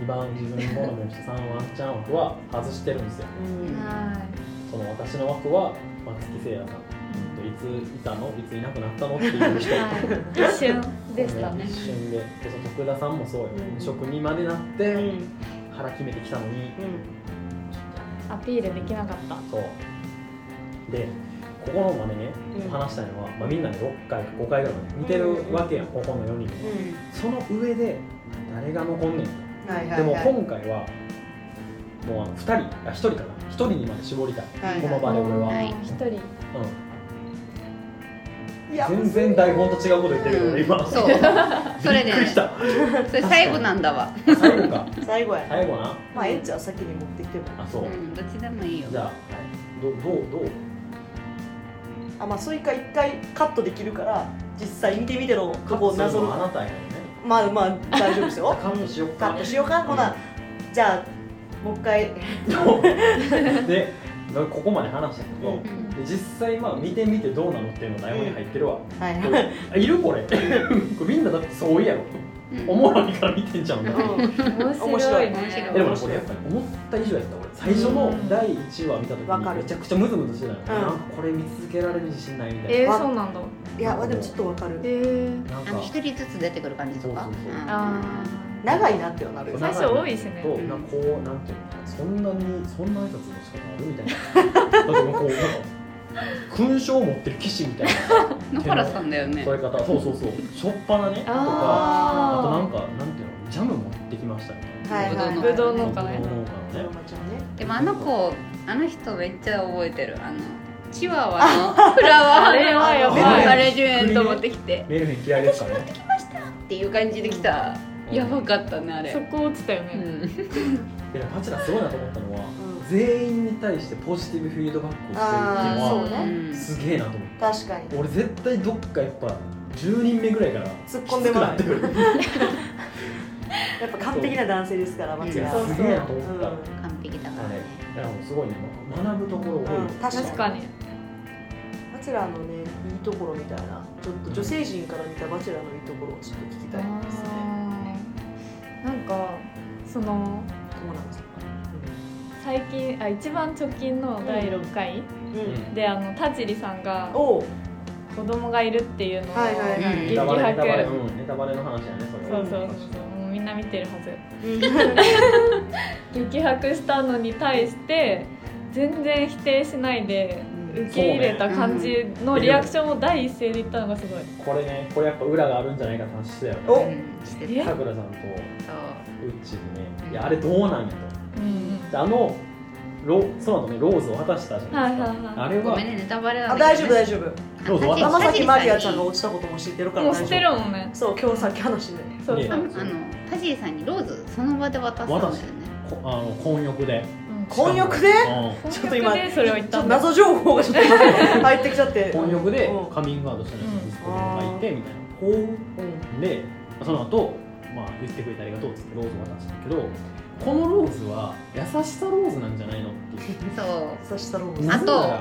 [SPEAKER 2] 2番自分好みの3ワンチャン枠は外してるんですよ
[SPEAKER 4] うん
[SPEAKER 3] は
[SPEAKER 2] その私の枠は松木聖也さんといついたのいついなくなったのっていう 人
[SPEAKER 3] い一瞬でし たね
[SPEAKER 2] 一瞬ででその徳田さんもそうよ、
[SPEAKER 4] うん
[SPEAKER 2] 職人までなっ
[SPEAKER 4] う
[SPEAKER 2] て
[SPEAKER 4] ん
[SPEAKER 2] 腹決めてきたのに
[SPEAKER 4] うん
[SPEAKER 3] アピールできなかった
[SPEAKER 2] そうでここのまでね
[SPEAKER 4] うん
[SPEAKER 2] 話したいのは、まあ、みんなで6回か5回ぐらいまで似てるわけやん、ここの4人はその上で誰が残んねんと
[SPEAKER 4] うんはいはいはい
[SPEAKER 2] でも今回はもうあの2人あ1人かな1人にまで絞りたい、
[SPEAKER 4] はいはい
[SPEAKER 2] この場で俺は、
[SPEAKER 1] はい
[SPEAKER 3] 一人
[SPEAKER 4] いや
[SPEAKER 2] うん、全然台本と違うこと言ってるけど、俺今
[SPEAKER 1] そうそれ
[SPEAKER 2] び
[SPEAKER 1] ね
[SPEAKER 2] っくりした
[SPEAKER 1] それ最後なんだわ、
[SPEAKER 2] 最後か
[SPEAKER 4] 最後や
[SPEAKER 2] 最後な
[SPEAKER 4] まあエッチは先に持ってきても
[SPEAKER 2] あそうう、
[SPEAKER 1] ん、どっちでもいいよ
[SPEAKER 2] じゃあ、はい、どどうどう
[SPEAKER 4] あまあそういうか一回カットできるから実際見てみての
[SPEAKER 2] 過
[SPEAKER 4] とこ
[SPEAKER 2] 去
[SPEAKER 4] をなぞる
[SPEAKER 2] のあなたやね
[SPEAKER 4] まあまあ大丈夫ですよ
[SPEAKER 2] カットしよっ
[SPEAKER 4] カ
[SPEAKER 2] か
[SPEAKER 4] ットしようかほなじゃあもう一回
[SPEAKER 2] でここまで話したけど、
[SPEAKER 4] うん
[SPEAKER 1] うん
[SPEAKER 2] で実際まあ見てみてどうなのっていうのが台本に入ってるわ、
[SPEAKER 4] はい
[SPEAKER 2] これあいるこれこれみんなだってそうやろ
[SPEAKER 1] うん
[SPEAKER 2] おもろいから見てんじゃうんだ
[SPEAKER 3] 面白いね
[SPEAKER 1] 面白い
[SPEAKER 2] えでもこれやっぱり思った以上やった俺最初の第1話見た時
[SPEAKER 4] わか
[SPEAKER 2] に
[SPEAKER 4] る
[SPEAKER 2] めちゃくちゃムズムズしてたの、
[SPEAKER 4] うん
[SPEAKER 2] なんかこれ見続けられる自信ないみたい
[SPEAKER 3] え
[SPEAKER 4] わ
[SPEAKER 3] ー、そうなんだ
[SPEAKER 4] いやまあでもちょっとわかる
[SPEAKER 3] えー、
[SPEAKER 2] ななん
[SPEAKER 1] あ
[SPEAKER 2] か
[SPEAKER 1] の一人ずつ出てくる感じとか
[SPEAKER 2] そうそうそう
[SPEAKER 1] うん
[SPEAKER 3] あ
[SPEAKER 4] 長いなってはなるよ
[SPEAKER 3] 最初多いですね
[SPEAKER 2] そう
[SPEAKER 1] うん
[SPEAKER 2] なんかこうなんていうのかなそんなにそんな挨拶の仕方あるみたいなだってもうこうなんか勲章を持ってる騎士みたいな
[SPEAKER 1] 野原さんだよね
[SPEAKER 2] そういう方そうそうそうしょっぱなねと
[SPEAKER 3] あ
[SPEAKER 2] かあとなん
[SPEAKER 3] あ
[SPEAKER 2] かなんていうのジャム持ってきましたみたいな
[SPEAKER 4] はいはい
[SPEAKER 3] ぶどう
[SPEAKER 2] 農
[SPEAKER 3] 農
[SPEAKER 2] 家
[SPEAKER 3] 家
[SPEAKER 2] の
[SPEAKER 3] ね
[SPEAKER 2] ね
[SPEAKER 1] でもあの子あの人めっちゃ覚えてるあのチワワのフラワー
[SPEAKER 3] あれはやば
[SPEAKER 2] い
[SPEAKER 1] ガレージュエント持ってきて
[SPEAKER 2] メルヘン嫌いですからね
[SPEAKER 1] っていう感じで来たやばかったねあ
[SPEAKER 3] そ
[SPEAKER 1] れ
[SPEAKER 3] こ落ちたよ
[SPEAKER 1] う
[SPEAKER 3] ね、
[SPEAKER 1] ん
[SPEAKER 2] いやバチェラーすごいなと思ったのは、
[SPEAKER 4] ん
[SPEAKER 2] 全員に対してポジティブフィードバックをしてるっていう
[SPEAKER 4] あ
[SPEAKER 2] の
[SPEAKER 4] ー
[SPEAKER 2] は
[SPEAKER 4] そうね
[SPEAKER 1] ん
[SPEAKER 2] すげえなと思っ
[SPEAKER 4] 確かに
[SPEAKER 2] た俺絶対どっかやっぱ10人目ぐらいから
[SPEAKER 4] 突っ込んでもらう
[SPEAKER 2] きつくなってくる
[SPEAKER 4] やっぱ完璧な男性ですから
[SPEAKER 2] い
[SPEAKER 4] 松
[SPEAKER 2] や
[SPEAKER 4] が
[SPEAKER 3] そう
[SPEAKER 2] すげえなと思った、
[SPEAKER 4] うん
[SPEAKER 1] 完璧だからね
[SPEAKER 2] いやもうすごいね学ぶところ多い、
[SPEAKER 4] うん確
[SPEAKER 3] 確かに
[SPEAKER 4] バチェラーのねいいところみたいなちょっと女性陣から見たバチェラーのいいところをちょっと聞きたいですね
[SPEAKER 3] あーなんかその
[SPEAKER 4] 友達とか
[SPEAKER 3] 最近あ一番直近の第6回、
[SPEAKER 4] うんう
[SPEAKER 2] うん
[SPEAKER 4] ん
[SPEAKER 3] であの田尻さんが
[SPEAKER 4] おう
[SPEAKER 3] 子供がいるっていうのを、
[SPEAKER 4] はいはいはい
[SPEAKER 1] うん
[SPEAKER 2] ネタバレネタバレ、
[SPEAKER 3] 激白
[SPEAKER 2] うん、ネタバレの話やねそれ
[SPEAKER 3] そ
[SPEAKER 2] は
[SPEAKER 3] うそうそうそうもうみんな見てるはず
[SPEAKER 4] う
[SPEAKER 3] 激白したのに対して全然否定しないで
[SPEAKER 4] うん
[SPEAKER 3] 受け入れた感じのリアクションを第一声で言ったのがすごい
[SPEAKER 2] これねこれやっぱ裏があるんじゃないかって話してたよね
[SPEAKER 4] お
[SPEAKER 1] うんしてた
[SPEAKER 3] え
[SPEAKER 2] さくらさんと
[SPEAKER 1] そう
[SPEAKER 2] うっちーでねいやあれどうなんや
[SPEAKER 3] うんうん
[SPEAKER 2] とであのロその後ねローズを渡したじゃ
[SPEAKER 3] は
[SPEAKER 2] ない
[SPEAKER 3] い
[SPEAKER 2] ですか、
[SPEAKER 3] はいは
[SPEAKER 2] あれ
[SPEAKER 1] ご
[SPEAKER 2] は
[SPEAKER 1] めんねネタバレな
[SPEAKER 4] あ
[SPEAKER 1] んだ
[SPEAKER 4] 大
[SPEAKER 1] け
[SPEAKER 4] 丈夫
[SPEAKER 1] どね
[SPEAKER 4] 大丈夫
[SPEAKER 2] どうぞ
[SPEAKER 1] あ
[SPEAKER 2] 渡し
[SPEAKER 4] 天崎マリアちゃんが落ちたことも知ってるか
[SPEAKER 3] い
[SPEAKER 4] ら
[SPEAKER 3] も
[SPEAKER 4] 大丈夫
[SPEAKER 3] うしてるもんね
[SPEAKER 4] そう今日さっき話して
[SPEAKER 3] そうそう
[SPEAKER 2] ね
[SPEAKER 3] そ
[SPEAKER 1] あ
[SPEAKER 3] う、
[SPEAKER 1] のタジーさんにローズその場で渡したんだよね
[SPEAKER 2] こあの混浴で
[SPEAKER 3] うん
[SPEAKER 4] 混浴で
[SPEAKER 2] う
[SPEAKER 4] ちょっと今
[SPEAKER 3] 本格でそれを言っ
[SPEAKER 4] ちょ
[SPEAKER 3] た
[SPEAKER 4] っと
[SPEAKER 3] んだ
[SPEAKER 4] 謎情報がちょっと入ってきちゃって
[SPEAKER 2] ん 混浴で
[SPEAKER 4] うん
[SPEAKER 2] カミングアウトしたのよ
[SPEAKER 3] うん
[SPEAKER 2] 息子がいてみたいな
[SPEAKER 4] ほううん
[SPEAKER 2] でその後、まあ言ってくれてありがとうっつってローズ渡したんだけどこのローズは優しさローズなんじゃないのっていう
[SPEAKER 1] そう
[SPEAKER 4] そしたらもう
[SPEAKER 2] な
[SPEAKER 1] あ
[SPEAKER 2] ぜ
[SPEAKER 1] と
[SPEAKER 2] な
[SPEAKER 1] な
[SPEAKER 2] ら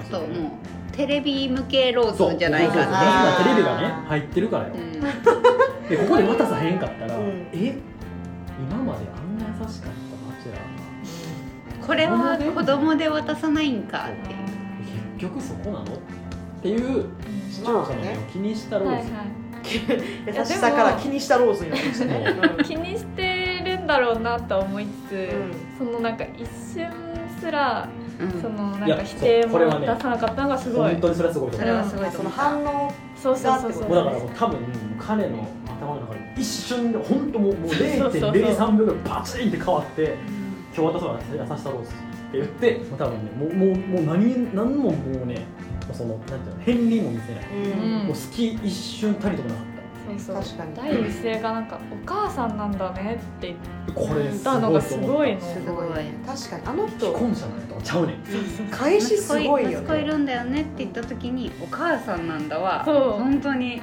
[SPEAKER 1] あともうテレビ向けローズじゃないか
[SPEAKER 2] そう
[SPEAKER 1] な
[SPEAKER 2] そうそう
[SPEAKER 4] あー
[SPEAKER 2] みんなテレビがね入ってるからよ、
[SPEAKER 1] うん
[SPEAKER 2] でここで渡さへんかったら、
[SPEAKER 4] うん
[SPEAKER 2] え今まであんな優しかったバチェラーが
[SPEAKER 1] これは子供で渡さないんかっていう
[SPEAKER 2] 結局そこなのっていう視聴者の目を気にしたロ
[SPEAKER 3] うん
[SPEAKER 2] ー
[SPEAKER 3] はい
[SPEAKER 2] ズ、
[SPEAKER 3] はい
[SPEAKER 4] 優しさから気にしたローズになりましたね
[SPEAKER 2] もう
[SPEAKER 3] 気にしてるんだろうなとは思いつつ、
[SPEAKER 4] う
[SPEAKER 3] そのなんか一瞬すら
[SPEAKER 1] うん
[SPEAKER 3] その
[SPEAKER 2] い
[SPEAKER 3] なん
[SPEAKER 2] や
[SPEAKER 3] か否定
[SPEAKER 2] そうこ
[SPEAKER 3] も
[SPEAKER 2] れ
[SPEAKER 3] 出
[SPEAKER 2] はね
[SPEAKER 3] さなかったのがすごい、
[SPEAKER 2] 本当にそれはすごいと
[SPEAKER 1] そ
[SPEAKER 2] 思う
[SPEAKER 1] れはすごいと
[SPEAKER 4] そ
[SPEAKER 1] 思
[SPEAKER 4] の
[SPEAKER 1] った
[SPEAKER 4] 反応
[SPEAKER 3] そうそうそうそう
[SPEAKER 2] もうだからもう多分彼の頭の中で一瞬で本当もうもう0.03秒ぐらいパチンって変わって「今日渡すわ優しさローズ」って言ってもう多分ねもうもうもう何何ももうねもうそのなんていうの片鱗も見せない、
[SPEAKER 4] う
[SPEAKER 3] うん
[SPEAKER 2] も
[SPEAKER 4] ん
[SPEAKER 2] う好き一瞬たりともなかっ
[SPEAKER 3] そうにそう
[SPEAKER 4] 確かに
[SPEAKER 3] 第一声がなんか「お母さんなんだね」って言っ
[SPEAKER 2] これす
[SPEAKER 3] たの
[SPEAKER 2] ご
[SPEAKER 3] が
[SPEAKER 2] いと
[SPEAKER 3] す
[SPEAKER 2] 思
[SPEAKER 3] ご
[SPEAKER 2] っ
[SPEAKER 3] い
[SPEAKER 2] た
[SPEAKER 3] の
[SPEAKER 1] すごい
[SPEAKER 4] 確かにあの
[SPEAKER 2] 既
[SPEAKER 4] 人
[SPEAKER 2] 婚者の人ちゃうねん
[SPEAKER 4] 返しすごいよ
[SPEAKER 1] 息子い
[SPEAKER 4] ね、
[SPEAKER 1] るんだよねって言った時に「お母さんなんだわ」
[SPEAKER 3] そう
[SPEAKER 1] 本当に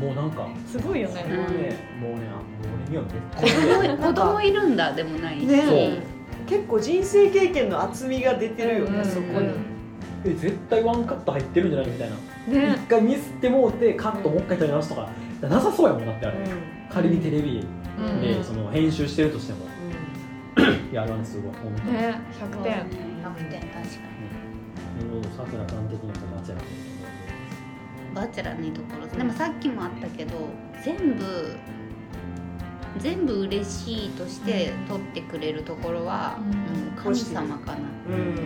[SPEAKER 2] もうなんか
[SPEAKER 3] すごいよ
[SPEAKER 2] それ
[SPEAKER 3] ね
[SPEAKER 2] はねもうねあ俺には
[SPEAKER 1] 子
[SPEAKER 2] 別に
[SPEAKER 1] 供子供いるんだでもないし、
[SPEAKER 4] ね
[SPEAKER 2] え
[SPEAKER 4] うん、結構人生経験の厚みが出てるよね、
[SPEAKER 3] うん
[SPEAKER 4] そこ
[SPEAKER 1] う
[SPEAKER 4] に、
[SPEAKER 1] ん
[SPEAKER 2] え絶対ワンカット入ってるんじゃないみたいな
[SPEAKER 3] ね
[SPEAKER 2] 一回ミスってもうてカットもう一回取り直すとかなさそうやもんだってあれ仮にテレビ
[SPEAKER 3] うん
[SPEAKER 2] でその編集してるとしてもいやあれはねすごい本当に
[SPEAKER 3] ね100
[SPEAKER 1] ね
[SPEAKER 3] 点
[SPEAKER 1] 100点確か
[SPEAKER 2] もうさくらさん的なこと間違ってる
[SPEAKER 1] にバチェラーのいいところでもさっきもあったけど全部全部嬉しいとして取ってくれるところは、
[SPEAKER 3] うん
[SPEAKER 1] うん神様かな
[SPEAKER 4] うんうん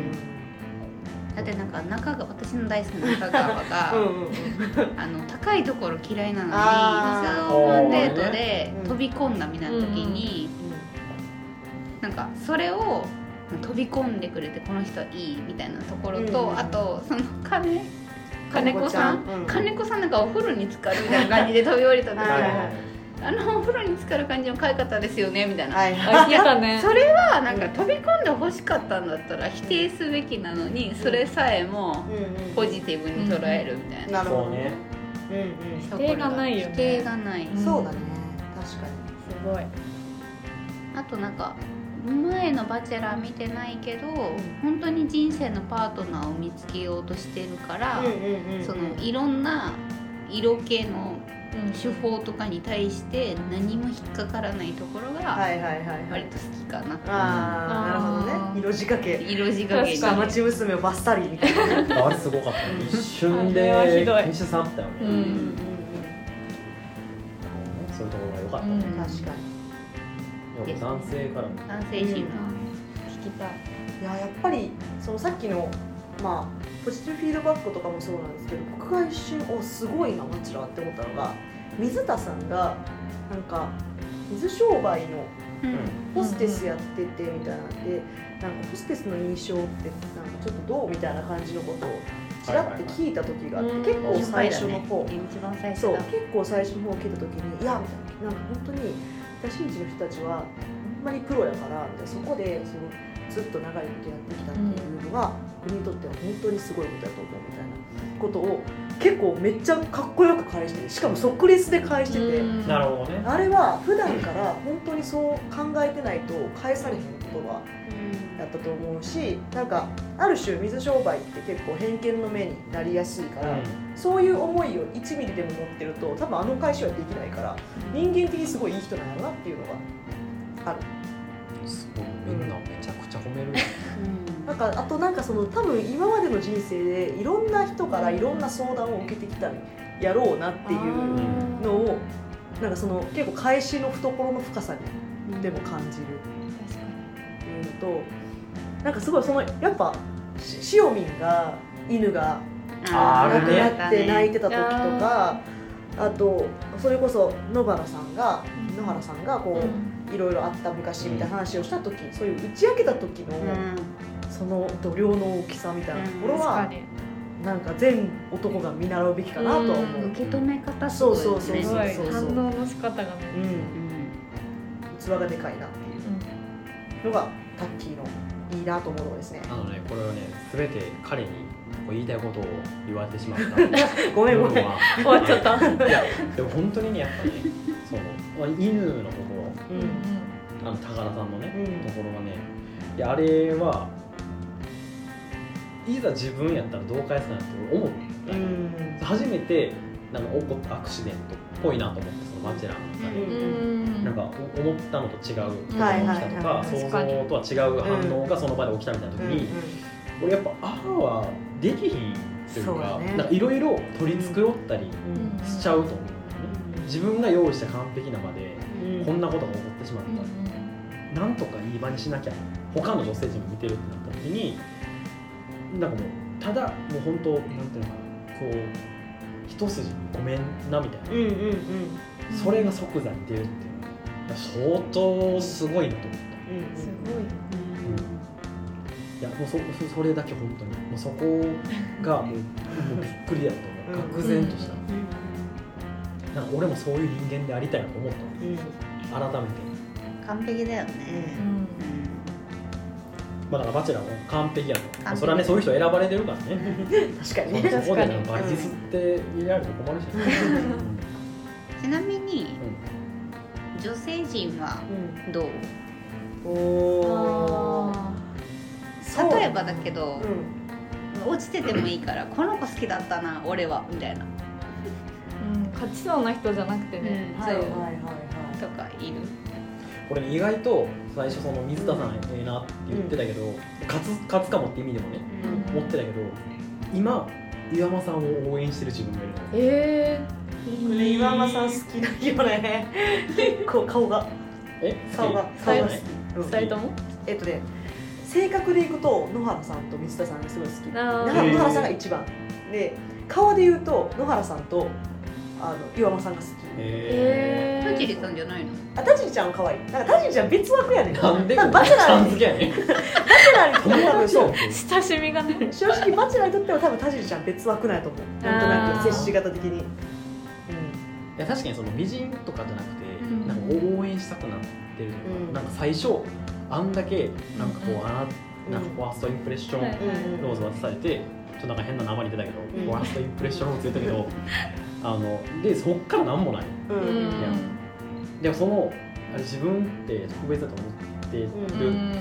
[SPEAKER 1] だってなんか中川私の大好きな中川が、
[SPEAKER 4] うん
[SPEAKER 1] あの高いところ嫌いなのに
[SPEAKER 4] あー
[SPEAKER 1] そのワンデートで
[SPEAKER 4] ねうん
[SPEAKER 1] 飛び込んだみたいな時に、なんかそれを飛び込んでくれてこの人いいみたいなところと、
[SPEAKER 4] うん
[SPEAKER 1] あとその金金子さん、
[SPEAKER 4] うん
[SPEAKER 1] 金子さんなんかお風呂に浸かるみたいな感じで飛び降りた時
[SPEAKER 4] はいはい
[SPEAKER 1] にあのお風呂に浸かる感じの可愛かったですよねみたいな、
[SPEAKER 4] はいはい
[SPEAKER 3] あ言ってたね
[SPEAKER 1] それはなんか飛び込んでほしかったんだったら否定すべきなのにそれさえもポジティブに捉えるみたいな、
[SPEAKER 4] なるほ
[SPEAKER 2] そう
[SPEAKER 4] ど
[SPEAKER 2] ね
[SPEAKER 4] うんうん
[SPEAKER 1] 否
[SPEAKER 3] 定がないよね
[SPEAKER 1] 否定がない、
[SPEAKER 3] うん
[SPEAKER 4] そうだね確か
[SPEAKER 3] すごい
[SPEAKER 1] あとなんか前の「バチェラー」見てないけど、本当に人生のパートナーを見つけようとしてるから、
[SPEAKER 4] にうんうんうん
[SPEAKER 1] そのいろんな色気の手法とかに対して何も引っかからないところが
[SPEAKER 4] はいはいはいは
[SPEAKER 1] 割
[SPEAKER 4] い
[SPEAKER 1] と好きかな、
[SPEAKER 4] ああなるほど
[SPEAKER 3] あー
[SPEAKER 4] ね色仕掛け
[SPEAKER 1] 色仕掛け
[SPEAKER 3] 確か
[SPEAKER 4] 下
[SPEAKER 3] に
[SPEAKER 4] 町娘をバッサリみたいな
[SPEAKER 2] あれすごかったね一瞬
[SPEAKER 3] あれは
[SPEAKER 2] で
[SPEAKER 3] ひどい
[SPEAKER 2] 編集さんあったよね
[SPEAKER 3] うん
[SPEAKER 4] うんうん
[SPEAKER 2] そういうところが良かった
[SPEAKER 3] う
[SPEAKER 2] ね
[SPEAKER 3] ん
[SPEAKER 4] うん確かに
[SPEAKER 2] やっぱ男性からも
[SPEAKER 1] 男性陣が、
[SPEAKER 3] 聞きたい
[SPEAKER 4] いややっぱりそのさっきのまあポジティブフィードバックとかもそうなんですけど僕が一瞬おすごいなマチラって思ったのが水田さんがなんか水商売の
[SPEAKER 1] うん
[SPEAKER 4] ホステスやっててみたいなんで、なんかホステスの印象ってなんかちょっとどうみたいな感じのことをちらって聞いた時があって、
[SPEAKER 3] はいはいはい
[SPEAKER 4] 結構最初の
[SPEAKER 1] ね
[SPEAKER 4] 方、
[SPEAKER 1] 一番最初
[SPEAKER 4] そう
[SPEAKER 1] だ
[SPEAKER 4] 結構最初の方聞いた時にいやみたいななんか本当に私たちの人たちはあんまりプロやからみたいなそこでそのずっと長いことやってきたっていうのは、国にとっては本当にすごいことだと思うみたいなことを結構めっちゃかっこよく返しててしかも即レスで返してて。
[SPEAKER 3] うん
[SPEAKER 2] なるほどね
[SPEAKER 4] あれは普段から本当にそう考えてないと返されへん言葉だったと思うしなんかある種水商売って結構偏見の目になりやすいから、そういう思いを1ミリでも持ってると多分あの会社はできないから人間的にすごいいい人なんやろなっていうのが
[SPEAKER 2] すごいみんなめちゃくちゃ褒める
[SPEAKER 4] なんかあとなんかその多分今までの人生でいろんな人からいろんな相談を受けてきたんやろうなっていうの
[SPEAKER 3] あ
[SPEAKER 4] をなんかその結構返しの懐の深さに
[SPEAKER 1] うん
[SPEAKER 4] でも感じる。
[SPEAKER 3] ー確かに
[SPEAKER 4] っていうのとなんかすごいそのやっぱししおみんが犬が
[SPEAKER 2] あ
[SPEAKER 4] 亡
[SPEAKER 2] ー
[SPEAKER 4] く
[SPEAKER 2] れね
[SPEAKER 4] なって泣いてた時と
[SPEAKER 3] あれね
[SPEAKER 4] かあとそれこそ野原さんが
[SPEAKER 3] うん
[SPEAKER 4] 野原さんがこ
[SPEAKER 3] う
[SPEAKER 4] ういろいろあった昔みたいな話をした時そういう打ち明けた時の
[SPEAKER 1] うん
[SPEAKER 4] その度量の大きさみたいなとこ
[SPEAKER 1] これ
[SPEAKER 4] ろ
[SPEAKER 3] ん確
[SPEAKER 4] は
[SPEAKER 3] かに
[SPEAKER 4] なんか全男が見習うべきかなとは思う
[SPEAKER 3] うん。
[SPEAKER 1] 受け止め方す
[SPEAKER 4] そ
[SPEAKER 1] ご
[SPEAKER 4] う
[SPEAKER 1] い
[SPEAKER 4] そう
[SPEAKER 1] よ
[SPEAKER 4] そう
[SPEAKER 1] ね
[SPEAKER 3] す
[SPEAKER 4] そう
[SPEAKER 3] ごい
[SPEAKER 4] そう
[SPEAKER 3] 反応の仕方がね
[SPEAKER 4] うん
[SPEAKER 1] う
[SPEAKER 4] 器がでかいなっていうのがタッキーのいいなと思うところですね
[SPEAKER 2] あのねこれはね全て彼にこう言いたいことを言われてしまったのは
[SPEAKER 4] ごめんごめん
[SPEAKER 3] 終わっちゃった
[SPEAKER 2] いやでも本当にねやっぱねそのまあ犬のとこ
[SPEAKER 4] う
[SPEAKER 3] うん
[SPEAKER 4] ん
[SPEAKER 2] ろあの高田さんのね、
[SPEAKER 4] うん
[SPEAKER 2] ところがねいやあれはいざ自分やったらどう返すかなって思った、
[SPEAKER 4] うん
[SPEAKER 2] 初めてなんか起こったアクシデントっぽいなと思ってそのマチェラーの中で、
[SPEAKER 4] うん
[SPEAKER 3] うん
[SPEAKER 2] なんかお思ったのと違うことが
[SPEAKER 4] はい
[SPEAKER 2] 起
[SPEAKER 4] はい
[SPEAKER 2] きたと
[SPEAKER 4] は
[SPEAKER 2] か
[SPEAKER 4] い
[SPEAKER 2] 想
[SPEAKER 3] 確かに
[SPEAKER 2] 像とは違う反応がその場で起きたみたいな時に、俺やっぱああはできひんという
[SPEAKER 4] そう
[SPEAKER 2] か
[SPEAKER 4] だね
[SPEAKER 2] なんかいろいろ取り繕ったり
[SPEAKER 4] う
[SPEAKER 2] しちゃうと思うんだよね自分が用意した完璧なまで
[SPEAKER 4] ん
[SPEAKER 2] こんなことが起こってしまっ
[SPEAKER 3] うん
[SPEAKER 2] た、なんとかいい場にしなきゃ他の女性陣も見てるってなった時になんかもうただもう本当なんていうのかなこう一筋ごめんなみたいな、
[SPEAKER 4] うんうんうん
[SPEAKER 3] うん
[SPEAKER 2] それが即座に出るっていうのが相当すごいなと思った
[SPEAKER 4] うん
[SPEAKER 3] すごい
[SPEAKER 2] いやもうそそそれだけ本当にもうそこがもうもうびっくりだと思う
[SPEAKER 4] うん
[SPEAKER 2] 愕然とした、
[SPEAKER 1] ん
[SPEAKER 2] なんか俺もそういう人間でありたいなと思っ
[SPEAKER 4] うん
[SPEAKER 2] たの改めて、
[SPEAKER 1] 完璧だよね、
[SPEAKER 2] まあ、だからバチェラーも完璧やと、
[SPEAKER 1] 璧
[SPEAKER 2] まあそれはねそういう人選ばれてるからね
[SPEAKER 4] 確かに
[SPEAKER 2] そ
[SPEAKER 4] ね
[SPEAKER 2] こでなんかバリディスって入れられると困るし、 うん
[SPEAKER 1] ちなみに女性陣は
[SPEAKER 4] うん
[SPEAKER 1] どう
[SPEAKER 4] おー
[SPEAKER 3] あ
[SPEAKER 4] そう
[SPEAKER 1] 例えばだけど、
[SPEAKER 4] うん
[SPEAKER 1] 落ちててもいいからこの子好きだったな俺はみたいな
[SPEAKER 3] ーうん勝ちそうな人じゃなくてね、
[SPEAKER 1] うん
[SPEAKER 4] はいはいはい
[SPEAKER 3] そう
[SPEAKER 4] はい
[SPEAKER 1] とかいる
[SPEAKER 2] これ意外と最初その水田さんええなって言ってたけど、勝つ勝つかもって意味でもね
[SPEAKER 3] うん
[SPEAKER 2] 思ってたけど今岩間さんを応援してる自分がいるの
[SPEAKER 3] え
[SPEAKER 4] これ岩間さん好きだよね結構顔が
[SPEAKER 2] え
[SPEAKER 4] 顔が
[SPEAKER 2] 好き
[SPEAKER 4] 顔が
[SPEAKER 2] 好
[SPEAKER 4] 好
[SPEAKER 2] き
[SPEAKER 4] き
[SPEAKER 2] じゃない
[SPEAKER 4] うん
[SPEAKER 3] ー、二人とも
[SPEAKER 4] えっとね性格でいくと野原さんと水田さんがすごい好きな
[SPEAKER 3] あ
[SPEAKER 2] ー
[SPEAKER 4] 野原さんが一番で顔で言うと野原さんとあの岩間さんが好き
[SPEAKER 2] へ
[SPEAKER 1] 田尻さんじゃないの
[SPEAKER 4] あ田尻ちゃんは可愛いなんか田尻ちゃん別枠やねん
[SPEAKER 2] ーなんで
[SPEAKER 4] なんかバチェラ
[SPEAKER 2] さん
[SPEAKER 4] ー
[SPEAKER 2] 付
[SPEAKER 4] に
[SPEAKER 2] けやねん
[SPEAKER 4] バチェラーにとって
[SPEAKER 2] 友
[SPEAKER 4] は多分
[SPEAKER 2] 達
[SPEAKER 4] そ
[SPEAKER 2] や
[SPEAKER 4] うん
[SPEAKER 2] け
[SPEAKER 3] 親しみがね
[SPEAKER 4] 正直バチェラーにとっては多分田尻ちゃん別枠なんやと思うなんとな
[SPEAKER 3] あ
[SPEAKER 4] く
[SPEAKER 3] ー
[SPEAKER 4] 接し方的に
[SPEAKER 2] いや確かにその美人とかじゃなくて、
[SPEAKER 1] うん
[SPEAKER 2] なんか応援したくなってるというか、
[SPEAKER 4] うん
[SPEAKER 2] なんか最初あんだけなんかこう、
[SPEAKER 3] うん
[SPEAKER 2] あ
[SPEAKER 4] うん
[SPEAKER 2] ななんかファーストインプレッショ
[SPEAKER 3] は
[SPEAKER 2] ン
[SPEAKER 3] い
[SPEAKER 4] うん
[SPEAKER 2] ローズは伝えてちょっとなんか変な名前出たけど、
[SPEAKER 4] ん
[SPEAKER 2] ファーストインプレッションローズ言った けどあのでそっからなんもない
[SPEAKER 4] うん
[SPEAKER 3] う
[SPEAKER 4] うん
[SPEAKER 3] ん
[SPEAKER 2] でもそのあれ自分って特別だと思ってる、
[SPEAKER 3] う
[SPEAKER 4] うん
[SPEAKER 3] ん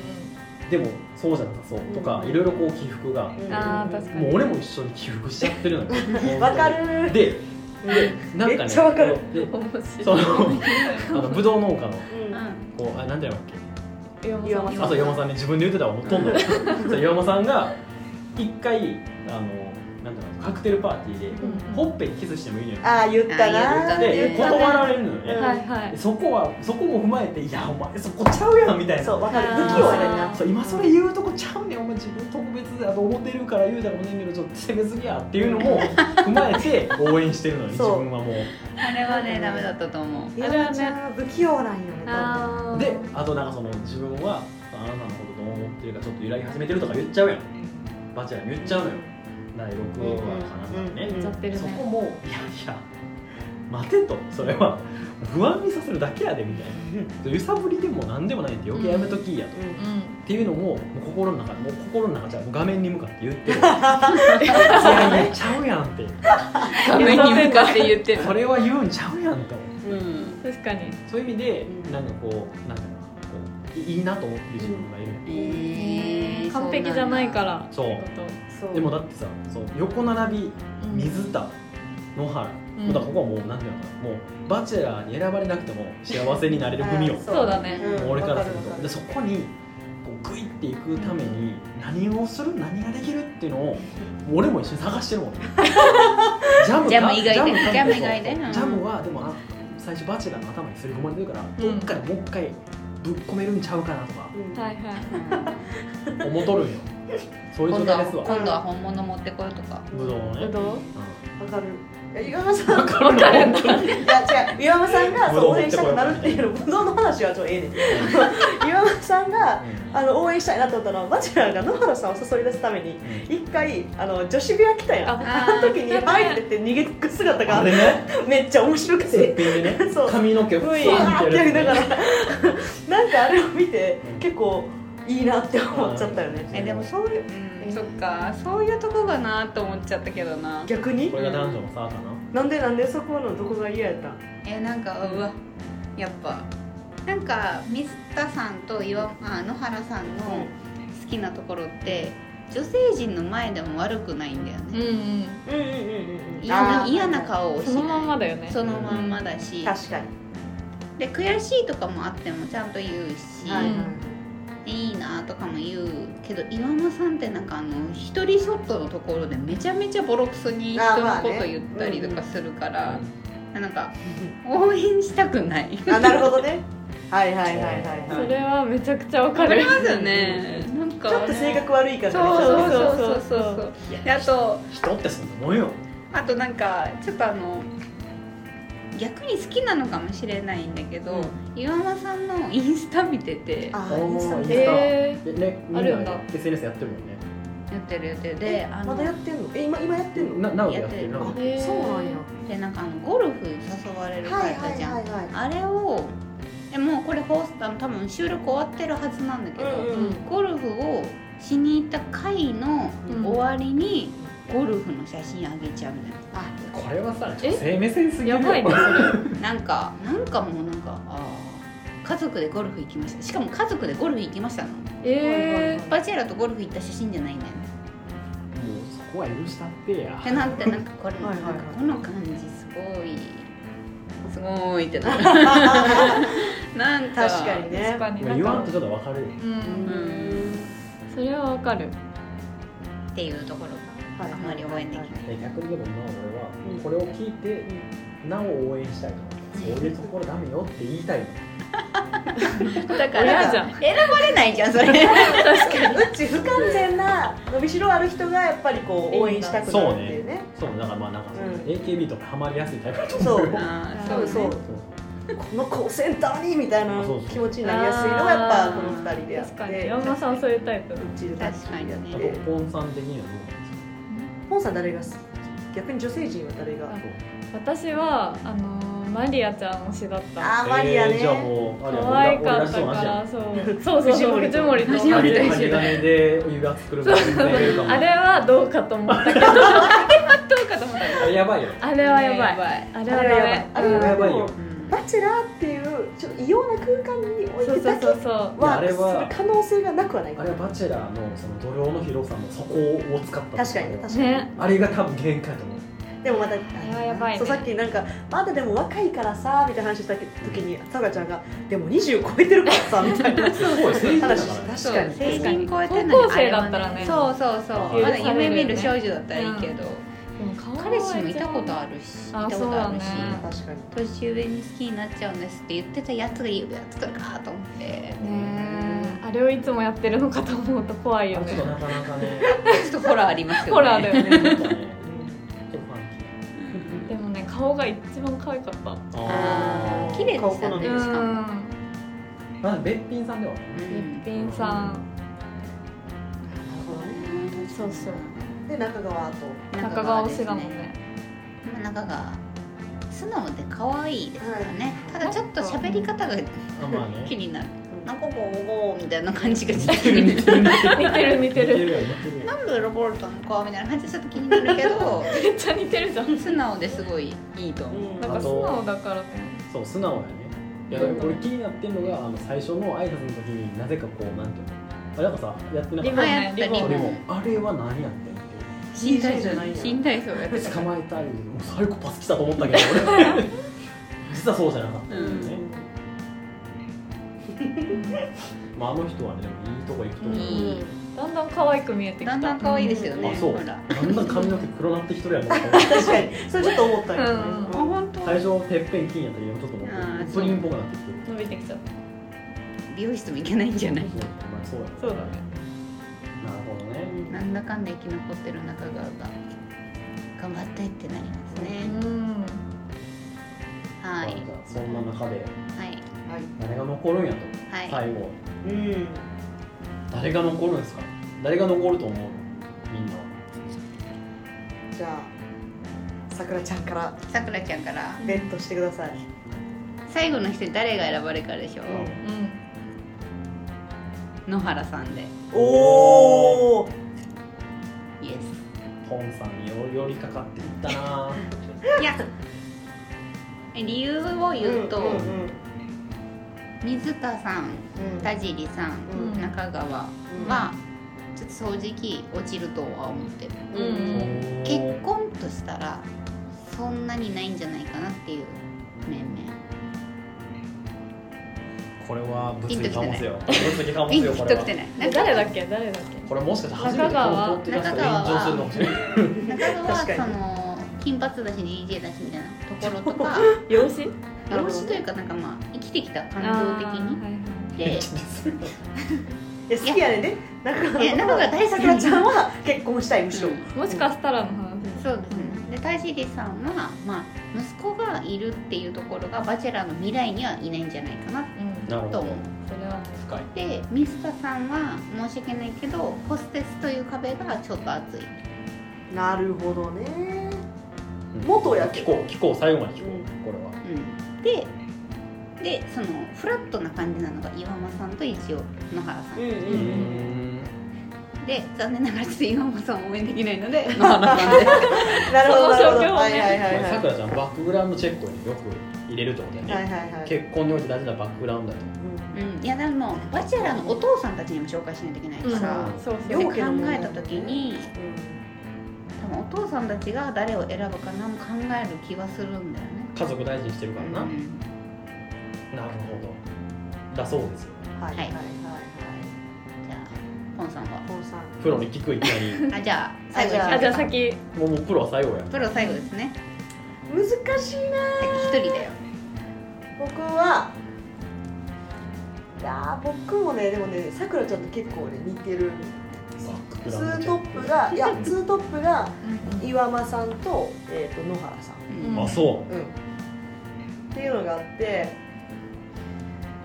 [SPEAKER 2] でもそうじゃなさそうとか、
[SPEAKER 4] うん
[SPEAKER 2] いろいろこう起伏が、
[SPEAKER 4] うん
[SPEAKER 3] あー確かに
[SPEAKER 2] もう俺も一緒に起伏しちゃってるのよ
[SPEAKER 4] わかるー
[SPEAKER 2] ででなんかね
[SPEAKER 4] めっちゃわかる
[SPEAKER 2] で
[SPEAKER 3] 面
[SPEAKER 2] そ
[SPEAKER 3] 白
[SPEAKER 2] の
[SPEAKER 3] い
[SPEAKER 2] あのブドウ農家の
[SPEAKER 4] うん
[SPEAKER 1] う
[SPEAKER 2] こうあなんていうのだっ
[SPEAKER 3] 岩間
[SPEAKER 2] け
[SPEAKER 3] さ
[SPEAKER 2] あ
[SPEAKER 3] ん
[SPEAKER 2] そう岩間さんね自分で言ってたわほとんど そう岩間さんが一回あのなんていうのカクテルパーティーで、
[SPEAKER 3] うん
[SPEAKER 2] ほっぺにキスしてもいいのよ
[SPEAKER 4] ああ言ったな
[SPEAKER 1] あー言
[SPEAKER 4] ー
[SPEAKER 2] で
[SPEAKER 1] っ
[SPEAKER 2] 断
[SPEAKER 1] たね、
[SPEAKER 2] られるのよね、
[SPEAKER 3] はいはい
[SPEAKER 2] でそこはそこも踏まえていやお前そこちゃうやんみたいな
[SPEAKER 4] そうわかる
[SPEAKER 3] あ
[SPEAKER 4] 不
[SPEAKER 3] ー
[SPEAKER 4] 器用やねんな
[SPEAKER 2] そう今それ言うとこちゃうねんお前自分特別だと思ってるから言うたらもねんけどちょっと攻めすぎやっていうのも踏まえて応援してるのに自
[SPEAKER 4] そう
[SPEAKER 2] 分はもうん
[SPEAKER 1] あれはねダメだったと思う
[SPEAKER 4] 岩間ちゃんは不器用なんよね多
[SPEAKER 3] あー
[SPEAKER 2] であとなんかその自分はあなたのことどう思ってるかちょっと揺らぎ始めてるとか言っちゃうやんバチェラーに言っ
[SPEAKER 4] 分
[SPEAKER 2] ちゃうのよ第6話かな
[SPEAKER 4] うん
[SPEAKER 2] んかね
[SPEAKER 3] やっちゃってるね
[SPEAKER 2] そこもいやいや待てとそれは不安にさせるだけやでみたいな揺さぶりでも何でもないって余計やめときやと、
[SPEAKER 4] うん
[SPEAKER 3] う
[SPEAKER 2] っ
[SPEAKER 3] ん
[SPEAKER 2] ていうのももう心の中もう心の中じゃもう画面に向かって言 ってるいやいやちゃうやんって
[SPEAKER 3] 画面に向かって言ってる
[SPEAKER 2] それは言うんちゃうやんと
[SPEAKER 1] うん
[SPEAKER 3] 確かに
[SPEAKER 2] そういう意味で
[SPEAKER 4] うん
[SPEAKER 2] なんかこうなんかこういいいなと思ってる自分がいる
[SPEAKER 1] えー
[SPEAKER 3] 完璧じゃないからら
[SPEAKER 2] そう
[SPEAKER 3] ってこと
[SPEAKER 4] そう
[SPEAKER 2] でもだってさそう横並び
[SPEAKER 3] うん
[SPEAKER 2] 水田野原、
[SPEAKER 3] うん
[SPEAKER 2] だからここはもうなんていうのかなもうバチェラーに選ばれなくても幸せになれる組よ
[SPEAKER 4] あー
[SPEAKER 3] そうだね
[SPEAKER 4] うん
[SPEAKER 2] もう俺からする
[SPEAKER 4] わか
[SPEAKER 2] と
[SPEAKER 4] る
[SPEAKER 2] でそこにこうグイっていくために何をする何ができるっていうのを俺も一緒に探してるもんジャムが
[SPEAKER 1] ジャム以外で
[SPEAKER 2] ジ
[SPEAKER 1] ジャム以外で
[SPEAKER 2] そう
[SPEAKER 1] うん
[SPEAKER 2] ジャムはでもあ最初バチェラーの頭にすり込まれてるから、
[SPEAKER 3] うん
[SPEAKER 2] どっかでもう一回ぶっ込めるんちゃうかなとか
[SPEAKER 4] うん
[SPEAKER 3] はいはい
[SPEAKER 2] 思っとるんよそういう
[SPEAKER 1] 今
[SPEAKER 2] 状
[SPEAKER 1] 度
[SPEAKER 2] 態
[SPEAKER 1] は
[SPEAKER 2] ですわ
[SPEAKER 1] 今度は本物持ってこようとか
[SPEAKER 2] ぶどうのね、う
[SPEAKER 3] ぶどうん
[SPEAKER 4] わかるいや岩間さん
[SPEAKER 2] わかるの本当に
[SPEAKER 4] いや違う岩間さんが
[SPEAKER 2] ぶど
[SPEAKER 4] そうう
[SPEAKER 2] 持
[SPEAKER 4] 応
[SPEAKER 2] っ
[SPEAKER 4] 援
[SPEAKER 2] て
[SPEAKER 4] し
[SPEAKER 2] こ
[SPEAKER 4] た
[SPEAKER 2] よう
[SPEAKER 4] くなるっていうのぶどうの話はちょっとええねんけど岩間さんがあの応援したいなと思ったのはバチェラーが野原さんを誘い出すために
[SPEAKER 2] うん
[SPEAKER 4] 一回あの女子部屋来たやんあ
[SPEAKER 1] あ
[SPEAKER 4] の時に入ってって逃げてく姿
[SPEAKER 2] あ
[SPEAKER 4] が
[SPEAKER 2] れね
[SPEAKER 4] めっちゃ面白く
[SPEAKER 2] すってぴんでね
[SPEAKER 4] そう
[SPEAKER 2] 髪の毛を
[SPEAKER 4] ふ
[SPEAKER 2] ふ
[SPEAKER 4] わ
[SPEAKER 2] わ
[SPEAKER 4] ー
[SPEAKER 2] ー
[SPEAKER 4] っ
[SPEAKER 2] っててや
[SPEAKER 4] やり
[SPEAKER 2] り
[SPEAKER 4] な
[SPEAKER 2] なが
[SPEAKER 4] が ら
[SPEAKER 2] ら
[SPEAKER 4] なんかあれを見て
[SPEAKER 2] うん
[SPEAKER 4] 結構いいなって思っちゃったよね
[SPEAKER 1] えでもそういう、うん、そっかそういうとこがなと思っちゃったけどな
[SPEAKER 4] 逆に
[SPEAKER 2] これが男女の差かな
[SPEAKER 4] なんでなんでそこのどこが嫌やったん
[SPEAKER 1] えなんかうわやっぱなんか水田さんと岩あ野原さんの好きなところって女性陣の前でも悪くないんだよ
[SPEAKER 3] うん
[SPEAKER 1] ね
[SPEAKER 3] うん
[SPEAKER 4] うんうんうんうん
[SPEAKER 1] 嫌な嫌な顔をしな
[SPEAKER 3] そ
[SPEAKER 1] い
[SPEAKER 3] のまんまだよね
[SPEAKER 1] そのまんまだし
[SPEAKER 4] 確かに
[SPEAKER 1] で悔しいとかもあってもちゃんと言うし、
[SPEAKER 4] はいはい
[SPEAKER 1] いいなとかも言うけど岩間さんってなんかあの一人ショットのところでめちゃめちゃボロクソに人のこと言ったりとかするから、なんか応援したくない。
[SPEAKER 4] あなるほどねはいはいはいはい
[SPEAKER 3] そ
[SPEAKER 4] はい
[SPEAKER 3] れはめちゃくちゃわか
[SPEAKER 1] わかり
[SPEAKER 3] る
[SPEAKER 1] ますよね。 なんか
[SPEAKER 4] ちょっと性格悪いからね
[SPEAKER 1] そう
[SPEAKER 4] ちょっ
[SPEAKER 1] そうそうそうそう。
[SPEAKER 2] いや
[SPEAKER 1] であと
[SPEAKER 2] 人ってそんなもんよ
[SPEAKER 1] あとなんかちょっとあの逆に好きなのかもしれないんだけど、
[SPEAKER 4] うん
[SPEAKER 1] 岩間さんのインスタ見てて
[SPEAKER 4] とあ
[SPEAKER 2] おー
[SPEAKER 4] インス
[SPEAKER 2] イ
[SPEAKER 4] タ
[SPEAKER 2] ンスタ
[SPEAKER 4] ね
[SPEAKER 3] え
[SPEAKER 2] えねみん
[SPEAKER 3] あるんだ
[SPEAKER 2] な SNS やってるもんね
[SPEAKER 1] やってる予定で
[SPEAKER 4] え
[SPEAKER 1] あ
[SPEAKER 4] ま
[SPEAKER 1] の
[SPEAKER 4] だやってんのえ今今やってんの
[SPEAKER 2] ななおでやってるな
[SPEAKER 4] あ
[SPEAKER 2] おで
[SPEAKER 3] へー
[SPEAKER 4] そうなんや
[SPEAKER 1] でなんかあのゴルフ誘われる方
[SPEAKER 4] はい
[SPEAKER 1] い
[SPEAKER 4] は
[SPEAKER 1] た
[SPEAKER 4] い
[SPEAKER 1] じゃん、
[SPEAKER 4] はいはい
[SPEAKER 1] あれをえもうこれ放送あの多分収録終わってるはずなんだけど、
[SPEAKER 4] うんうん
[SPEAKER 1] ゴルフをしに行った回の
[SPEAKER 3] うん
[SPEAKER 1] 終わりにゴルフの写真あげちゃうみたいな。
[SPEAKER 4] あ
[SPEAKER 2] これはさ
[SPEAKER 3] え
[SPEAKER 2] 女性目線すぎ
[SPEAKER 3] や
[SPEAKER 2] る
[SPEAKER 3] ばいねそれ
[SPEAKER 1] なんかなんかもうなんかあー家族でゴルフ行きましたしかも家族でゴルフ行きましたの
[SPEAKER 3] えー
[SPEAKER 1] バチェラとゴルフ行った写真じゃないんだよね
[SPEAKER 2] もうそこは許したってや
[SPEAKER 1] ってなってなんかこれ
[SPEAKER 4] はいはいはい
[SPEAKER 1] なんかこの感じすごいすごいってな るなんか
[SPEAKER 4] 確かにね
[SPEAKER 3] 確かに
[SPEAKER 2] まあ
[SPEAKER 3] なん
[SPEAKER 2] 言わん
[SPEAKER 3] か
[SPEAKER 2] とちょっと分かる
[SPEAKER 3] う
[SPEAKER 4] うんん
[SPEAKER 3] それはわかる
[SPEAKER 1] っていうところ
[SPEAKER 4] は
[SPEAKER 1] があんまり応援できない
[SPEAKER 2] え逆にでも今俺は
[SPEAKER 4] うん
[SPEAKER 2] これを聞いてなお応援したいとそういうところダメよって言いたいの
[SPEAKER 1] だか
[SPEAKER 3] 親
[SPEAKER 1] ら
[SPEAKER 3] じゃん
[SPEAKER 1] 選ばれないじゃんそれ
[SPEAKER 4] 確かにうち不完全な伸びしろある人がやっぱりこう応援したくなるっていうね
[SPEAKER 2] そうだからまあなんかその
[SPEAKER 4] うん
[SPEAKER 2] AKB とかハマりやすいタイプだと
[SPEAKER 4] そう
[SPEAKER 1] あー
[SPEAKER 4] そうそうこの子をセンターにみたいな
[SPEAKER 2] そうそう
[SPEAKER 4] 気持ちになりやすいのがやっぱこの二人でやって
[SPEAKER 3] 確かに山本さんはそういうタイプ
[SPEAKER 4] うちでタッチや
[SPEAKER 2] あ
[SPEAKER 4] って
[SPEAKER 2] とポンさん的にはどうなんですか
[SPEAKER 4] ポンさん誰が好き逆に女性陣は誰が
[SPEAKER 3] 私はあのーマリアちゃん推しだった
[SPEAKER 4] あーマリア
[SPEAKER 2] えー
[SPEAKER 4] ね
[SPEAKER 2] じゃあもうあれ
[SPEAKER 3] 可愛かった
[SPEAKER 2] そう
[SPEAKER 3] か
[SPEAKER 2] な
[SPEAKER 3] ら
[SPEAKER 2] ん
[SPEAKER 3] そうそうそうそう
[SPEAKER 4] 藤
[SPEAKER 3] 藤
[SPEAKER 4] 森
[SPEAKER 3] 森
[SPEAKER 4] と
[SPEAKER 3] と同
[SPEAKER 2] じゃん針
[SPEAKER 3] じで
[SPEAKER 2] と
[SPEAKER 3] す
[SPEAKER 2] 針金でお湯が作るから全然出るかも
[SPEAKER 3] あれはどうかと思ったけどどうかと思ったけど
[SPEAKER 2] あれやばいよ
[SPEAKER 3] あれはやばい
[SPEAKER 1] い
[SPEAKER 3] あれ
[SPEAKER 4] あ
[SPEAKER 3] は
[SPEAKER 4] れはや
[SPEAKER 3] やば
[SPEAKER 4] ば
[SPEAKER 3] い
[SPEAKER 4] い
[SPEAKER 2] あ
[SPEAKER 4] あれ
[SPEAKER 2] れはやば
[SPEAKER 4] はいで
[SPEAKER 2] よ
[SPEAKER 4] もバチェラーっていうちょっと異様な空間に置い
[SPEAKER 3] そう
[SPEAKER 4] て
[SPEAKER 3] そ
[SPEAKER 4] だ
[SPEAKER 3] う
[SPEAKER 4] け
[SPEAKER 3] そうそう
[SPEAKER 4] ワ
[SPEAKER 2] あ
[SPEAKER 4] ー
[SPEAKER 2] れ
[SPEAKER 4] クす
[SPEAKER 2] は
[SPEAKER 4] る可能性がなくはない
[SPEAKER 2] あれはバチェラーのその土壌の広さの底を使った
[SPEAKER 4] 確かにね確かに、
[SPEAKER 3] ね
[SPEAKER 2] あれが多分限界と思う
[SPEAKER 4] でもまたあ
[SPEAKER 3] れはやばいね
[SPEAKER 4] そうさっきなんかまだでも若いからさみたいな話した時にさがちゃんがでも20超えてるからさみたいな
[SPEAKER 2] すごい成人だから
[SPEAKER 4] 話
[SPEAKER 2] ね
[SPEAKER 4] 確
[SPEAKER 1] そう
[SPEAKER 4] かに
[SPEAKER 1] 成人超えてん
[SPEAKER 3] 高
[SPEAKER 1] のにあ
[SPEAKER 3] 校生
[SPEAKER 1] れ
[SPEAKER 3] だ
[SPEAKER 1] は
[SPEAKER 3] ったらね
[SPEAKER 1] そうそうそう
[SPEAKER 2] 許
[SPEAKER 1] ま
[SPEAKER 2] さ
[SPEAKER 1] だ
[SPEAKER 2] れる
[SPEAKER 3] よね
[SPEAKER 1] 夢見る少女だったらいいけど、彼氏もいたことあるしい
[SPEAKER 3] あ
[SPEAKER 1] たことあるし、
[SPEAKER 3] そうだね
[SPEAKER 4] 確かに
[SPEAKER 1] 年上に好きになっちゃうんですって言ってたやつが言うやつかと思って
[SPEAKER 3] ねえあれをいつもやってるのかと思うと怖いよ
[SPEAKER 2] あれちょっ
[SPEAKER 3] ね
[SPEAKER 2] となかなかね
[SPEAKER 1] ちょっとホラーありますよね
[SPEAKER 3] ホラーだよ
[SPEAKER 2] ちょ
[SPEAKER 3] ね
[SPEAKER 2] っとねちょっとファン キ
[SPEAKER 3] でもね顔が一番可愛かった
[SPEAKER 2] ー
[SPEAKER 1] あー綺麗でしたね
[SPEAKER 4] う
[SPEAKER 1] しかも
[SPEAKER 2] まずべっぴんさんではね
[SPEAKER 1] うん
[SPEAKER 3] 一品さんそうそう
[SPEAKER 4] で中川と
[SPEAKER 3] 中川推しだもんね
[SPEAKER 1] まあ中川素直で可愛いですからね、
[SPEAKER 4] はい
[SPEAKER 1] ただちょっと喋り方が
[SPEAKER 2] あまあね
[SPEAKER 1] 気になる
[SPEAKER 4] うん
[SPEAKER 1] なんかこうおーみたいな感じがちょっと
[SPEAKER 2] 似てる似てる
[SPEAKER 3] 似てる似てる
[SPEAKER 2] よ似てるよ
[SPEAKER 1] なんでロボルトの子みたいな感じでちょっと気になるけ ど
[SPEAKER 3] めっちゃ似てるじゃん
[SPEAKER 1] 素直ですごいいいと思う、
[SPEAKER 4] うん
[SPEAKER 3] なんか素直だからね
[SPEAKER 2] そう素直やねいやでも俺気になってんのがあの最初の挨拶の時になぜかこうなんていうのあなんかさやってなか
[SPEAKER 3] リ
[SPEAKER 2] っ
[SPEAKER 3] ボン
[SPEAKER 1] 流行
[SPEAKER 3] ね
[SPEAKER 1] った
[SPEAKER 3] リボ
[SPEAKER 1] リボ
[SPEAKER 2] た
[SPEAKER 1] ン
[SPEAKER 2] で
[SPEAKER 3] ン
[SPEAKER 2] もあれは何やってんって
[SPEAKER 1] 新体操
[SPEAKER 4] じゃないよ
[SPEAKER 1] 新体操やってた
[SPEAKER 2] 捕
[SPEAKER 1] から
[SPEAKER 2] まえたいもうサイコパス来たと思 ったけど俺実はそうじゃなかったんだよね、まああの人はねでもいいとこ行くと思う
[SPEAKER 1] いい
[SPEAKER 3] だんだん可愛く見えてきた
[SPEAKER 1] だんだん可愛いですよね
[SPEAKER 2] あそう
[SPEAKER 1] ほら
[SPEAKER 2] だんだん髪の毛黒なってきとるやん
[SPEAKER 4] 確かにそれちょっと思ったよね
[SPEAKER 3] うん
[SPEAKER 1] あ本当
[SPEAKER 2] 最初てっぺん金やったけどちょっとも
[SPEAKER 1] あ
[SPEAKER 2] う
[SPEAKER 1] ーそう
[SPEAKER 2] プリンっぽくなってきてる
[SPEAKER 3] 伸びてきちゃった
[SPEAKER 1] 美容室も行けないんじゃない
[SPEAKER 2] まあそうや
[SPEAKER 3] そうだね
[SPEAKER 2] なるほどね
[SPEAKER 1] なんだかんだ生き残ってる中川が頑張ってってなりますね
[SPEAKER 3] うん
[SPEAKER 1] は
[SPEAKER 2] まあ
[SPEAKER 1] い
[SPEAKER 2] じゃあそんな中で
[SPEAKER 1] はい
[SPEAKER 4] はい
[SPEAKER 2] 誰が残るんやと
[SPEAKER 1] はい
[SPEAKER 2] 最後
[SPEAKER 4] うん
[SPEAKER 2] 誰が残るんですか誰が残ると思うみんな
[SPEAKER 4] じゃあさくらちゃんから
[SPEAKER 1] さくらちゃんから
[SPEAKER 4] ベットしてください
[SPEAKER 1] 最後の人誰が選ばれるかでしょ
[SPEAKER 4] うん
[SPEAKER 3] うん
[SPEAKER 1] 野原さんで
[SPEAKER 4] おお
[SPEAKER 1] イエ
[SPEAKER 2] ポンさんによ寄りかかっていったな
[SPEAKER 1] スいや理由を言うと、
[SPEAKER 4] うんうん
[SPEAKER 1] 水田さん
[SPEAKER 4] うん
[SPEAKER 1] 田尻さん、
[SPEAKER 4] うん
[SPEAKER 1] 中川は、ちょっと正直落ちるとは思ってる
[SPEAKER 4] うんうん
[SPEAKER 3] うん
[SPEAKER 1] 結婚としたらそんなにないんじゃないかなっていう面々
[SPEAKER 2] これは物
[SPEAKER 1] ピン
[SPEAKER 2] 理
[SPEAKER 1] とき
[SPEAKER 2] か
[SPEAKER 1] て
[SPEAKER 2] も
[SPEAKER 1] ない
[SPEAKER 2] すよ物理かもす
[SPEAKER 1] ピン
[SPEAKER 2] よ
[SPEAKER 1] と
[SPEAKER 2] こ
[SPEAKER 1] き
[SPEAKER 2] れ
[SPEAKER 1] て
[SPEAKER 2] は
[SPEAKER 1] ない
[SPEAKER 3] え誰だっけ誰だっ
[SPEAKER 2] これもしかして初めてこ
[SPEAKER 3] 中川
[SPEAKER 2] のポッドキャストで炎上するのかもしれない
[SPEAKER 1] 中川は
[SPEAKER 4] 確かに
[SPEAKER 1] その金髪だし DJ だしみたいなところと か
[SPEAKER 3] け養子
[SPEAKER 1] 養子というかなんかまあ生きてきた感情的に
[SPEAKER 3] に
[SPEAKER 1] で
[SPEAKER 4] いや好きやねんね中
[SPEAKER 1] い
[SPEAKER 4] 川
[SPEAKER 1] や中川大好き
[SPEAKER 4] さくらちゃんは結婚したいむしろ
[SPEAKER 1] うん
[SPEAKER 3] もしかしたらの話
[SPEAKER 1] そうですねで田尻さんは、まあ、息子がいるっていうところがバチェラーの未来にはいないんじゃないかな
[SPEAKER 3] うん
[SPEAKER 2] なるほ
[SPEAKER 1] と
[SPEAKER 2] ど
[SPEAKER 1] 思っ
[SPEAKER 3] それは
[SPEAKER 2] 深い
[SPEAKER 1] てでミスタさんは申し訳ないけどホステスという壁がちょっと厚い
[SPEAKER 4] なるほどね
[SPEAKER 2] うん
[SPEAKER 4] 元やけ
[SPEAKER 2] 聞
[SPEAKER 4] ど
[SPEAKER 2] こう聞こう最後まで聞こ
[SPEAKER 4] うん
[SPEAKER 2] うこれは
[SPEAKER 1] うん、ででそのフラットな感じなのが岩間さんと一応野原さん、
[SPEAKER 4] うんうん
[SPEAKER 2] うー
[SPEAKER 4] うん
[SPEAKER 2] ん
[SPEAKER 1] で残念ながらちょっと岩間さんを応援できないので野原さんで
[SPEAKER 4] なるほどなるほ
[SPEAKER 3] そ
[SPEAKER 4] ど
[SPEAKER 3] の状況をね
[SPEAKER 4] はいはいはいはい
[SPEAKER 2] さくらちゃんバックグラウンドチェックをねよく入れるってことだよ
[SPEAKER 4] はい
[SPEAKER 2] ね
[SPEAKER 4] はいはい
[SPEAKER 2] 結婚において大事なバックグラウンドだと
[SPEAKER 1] うんいやでもバチェラーのお父さんたちにも紹介しないといけない
[SPEAKER 3] うん、
[SPEAKER 1] か
[SPEAKER 3] そう
[SPEAKER 1] ら、
[SPEAKER 3] そう
[SPEAKER 1] で考えた時に
[SPEAKER 4] うん
[SPEAKER 1] 多分お父さんたちが誰を選ぶか何も考える気はするんだよね
[SPEAKER 2] 家族大事にしてるからな
[SPEAKER 1] う
[SPEAKER 2] なる
[SPEAKER 1] ん
[SPEAKER 2] ほどだそうですよ
[SPEAKER 4] はいはいはいはい
[SPEAKER 1] じゃあポンさんは
[SPEAKER 4] ポンさん
[SPEAKER 2] プロに聞くいきなり
[SPEAKER 1] あじゃあ最後
[SPEAKER 4] あ
[SPEAKER 1] に
[SPEAKER 3] あじゃあ先
[SPEAKER 2] もうもうプロは最後や
[SPEAKER 1] プロ最後ですね
[SPEAKER 4] 難しいな
[SPEAKER 1] 一人だよ
[SPEAKER 4] 僕はいやー僕もねでもねさくらちゃんと結構ね似てる
[SPEAKER 2] バック
[SPEAKER 4] ツ
[SPEAKER 2] グラウンド
[SPEAKER 4] ー
[SPEAKER 2] チェッ
[SPEAKER 4] トッ
[SPEAKER 2] ク
[SPEAKER 4] プがいやツートップが岩間さんと,、えー、と野原さん、
[SPEAKER 1] うん
[SPEAKER 2] あそ
[SPEAKER 4] うん、っていうのがあって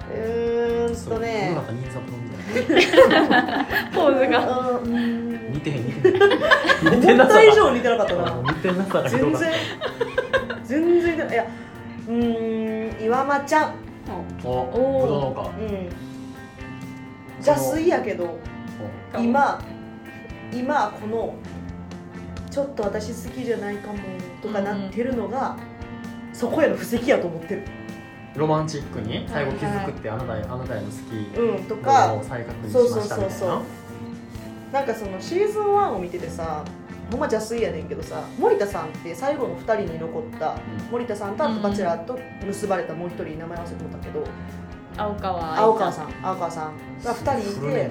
[SPEAKER 4] うー
[SPEAKER 2] うん
[SPEAKER 4] とね
[SPEAKER 2] なんか忍者プロみたい
[SPEAKER 3] ポーズが
[SPEAKER 4] う
[SPEAKER 2] なん似てへん似てへん似て
[SPEAKER 4] 思
[SPEAKER 2] な
[SPEAKER 4] っ
[SPEAKER 2] さ
[SPEAKER 4] た
[SPEAKER 2] が
[SPEAKER 4] 以上似てなかったな
[SPEAKER 2] 似てなさがひど
[SPEAKER 4] 全
[SPEAKER 2] かった
[SPEAKER 4] 然全然似てないいやうーん岩間ちゃん
[SPEAKER 2] お
[SPEAKER 3] おー
[SPEAKER 2] ぶどう農家
[SPEAKER 4] うん邪水やけど今今このちょっと私好きじゃないかもとかなってるのが、そこへの布石やと思ってる、
[SPEAKER 2] ロマンチックに最後気づくってあなたへあなたへの好
[SPEAKER 4] うん、と
[SPEAKER 2] きな
[SPEAKER 4] か
[SPEAKER 2] ものを再確認しましたみた
[SPEAKER 4] そ
[SPEAKER 2] いうな
[SPEAKER 4] そうなんかそのシーズン1を見ててさほんま邪推やねんけどさ森田さんって最後の2人に残った森田さんとあとバチェラーと結ばれたもう1人名前忘れてもったけど、
[SPEAKER 3] 青川
[SPEAKER 4] 青川さん青川さんが2人い
[SPEAKER 2] 古ね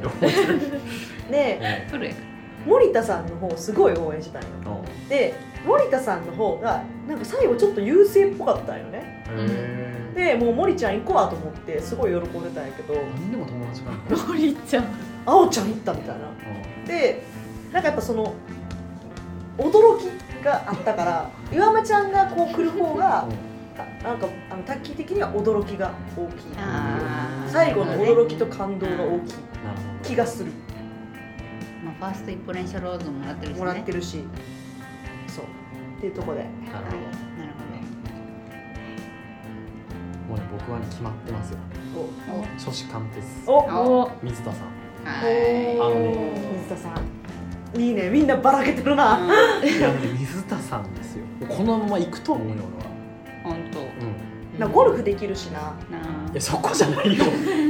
[SPEAKER 4] てで
[SPEAKER 1] プロやか
[SPEAKER 4] 森田さんの方をすごい応援したんよ
[SPEAKER 2] うんうん
[SPEAKER 4] で森田さんの方がなんか最後ちょっと優勢っぽかったんよね
[SPEAKER 2] へー
[SPEAKER 4] でもう森ちゃん行こうわと思ってすごい喜んでたんやけど
[SPEAKER 2] 何でも友達かな
[SPEAKER 3] ロリちゃん
[SPEAKER 4] あおちゃん行ったみたいなでなんかやっぱその驚きがあったから岩間ちゃんがこう来る方があなんかあの卓球的には驚きが大きい
[SPEAKER 1] らあー
[SPEAKER 4] 最後
[SPEAKER 1] な
[SPEAKER 4] の
[SPEAKER 1] るほどね
[SPEAKER 4] 驚きと感動が大きい気がする
[SPEAKER 1] まあ、ファーストインプレッションローズももらってるしね
[SPEAKER 4] もらってるしそうっていうとこで
[SPEAKER 2] なる
[SPEAKER 1] はい
[SPEAKER 2] ほど
[SPEAKER 1] なる
[SPEAKER 2] もうね僕はね決まってますよ
[SPEAKER 1] ほど
[SPEAKER 2] 初志貫徹
[SPEAKER 4] おお
[SPEAKER 1] お
[SPEAKER 3] お
[SPEAKER 2] 水田さん
[SPEAKER 1] はい
[SPEAKER 2] あの
[SPEAKER 4] 水田さんいいねみんなばらけてるな、
[SPEAKER 2] いやね水田さんですよこのまま行くと思うよ俺は
[SPEAKER 1] 本当
[SPEAKER 2] うん
[SPEAKER 4] なゴルフできるしない
[SPEAKER 1] なあ
[SPEAKER 2] いやそこじゃないよ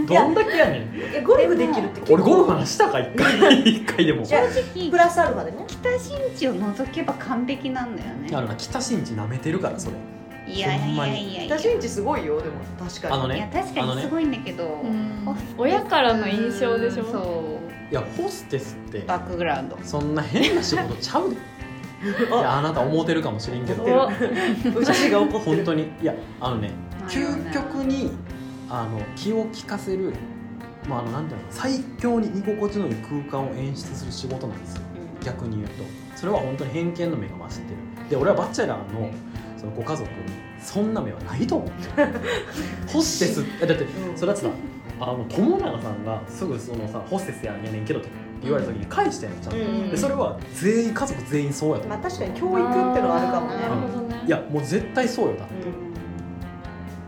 [SPEAKER 2] どんだけやねん
[SPEAKER 4] やゴルフできるって結構
[SPEAKER 2] 俺ゴルフ話したか一回一回でも
[SPEAKER 4] いや
[SPEAKER 1] 正
[SPEAKER 4] プ
[SPEAKER 1] 直
[SPEAKER 4] ラスアルファでね
[SPEAKER 1] 北新地を除けば完璧なんだよね
[SPEAKER 2] あのな北新地舐めてるからそれ
[SPEAKER 1] いや
[SPEAKER 2] ほん
[SPEAKER 1] い
[SPEAKER 2] ま
[SPEAKER 1] や
[SPEAKER 2] に
[SPEAKER 1] いやいや
[SPEAKER 4] 北新地すごいよでも確かに
[SPEAKER 2] あの
[SPEAKER 1] いや
[SPEAKER 2] ね
[SPEAKER 1] 確
[SPEAKER 2] あ
[SPEAKER 1] か
[SPEAKER 2] のね
[SPEAKER 1] にすごいんだけど、
[SPEAKER 3] 親からの印象でしょ
[SPEAKER 1] そう
[SPEAKER 2] いやホステスって
[SPEAKER 1] バックグラウンド
[SPEAKER 2] そんな変な仕事ちゃうでいやあなた思うてるかもしれんけど
[SPEAKER 4] 思
[SPEAKER 3] お
[SPEAKER 4] うちが怒ってる
[SPEAKER 2] 本当にいやあのね
[SPEAKER 1] まあ
[SPEAKER 2] 究極にあの気を利かせるまああのなんていうの最強に居心地のいい空間を演出する仕事なんですよ
[SPEAKER 1] う
[SPEAKER 2] 逆に言うとそれは本当に偏見の目が増してるで俺はバチェラーのそのご家族にそんな目はないと思って るホステスえだって
[SPEAKER 4] うん
[SPEAKER 2] それだってさあの友永さんがすぐそのさホステスやんやねんけどって言われた時に返してんのちゃんと、
[SPEAKER 4] うん
[SPEAKER 2] でそれは全員家族全員そうやと思う、
[SPEAKER 4] まあ確かに教育ってのはあるかもね
[SPEAKER 3] なるほどね
[SPEAKER 2] いやもう絶対そうよだ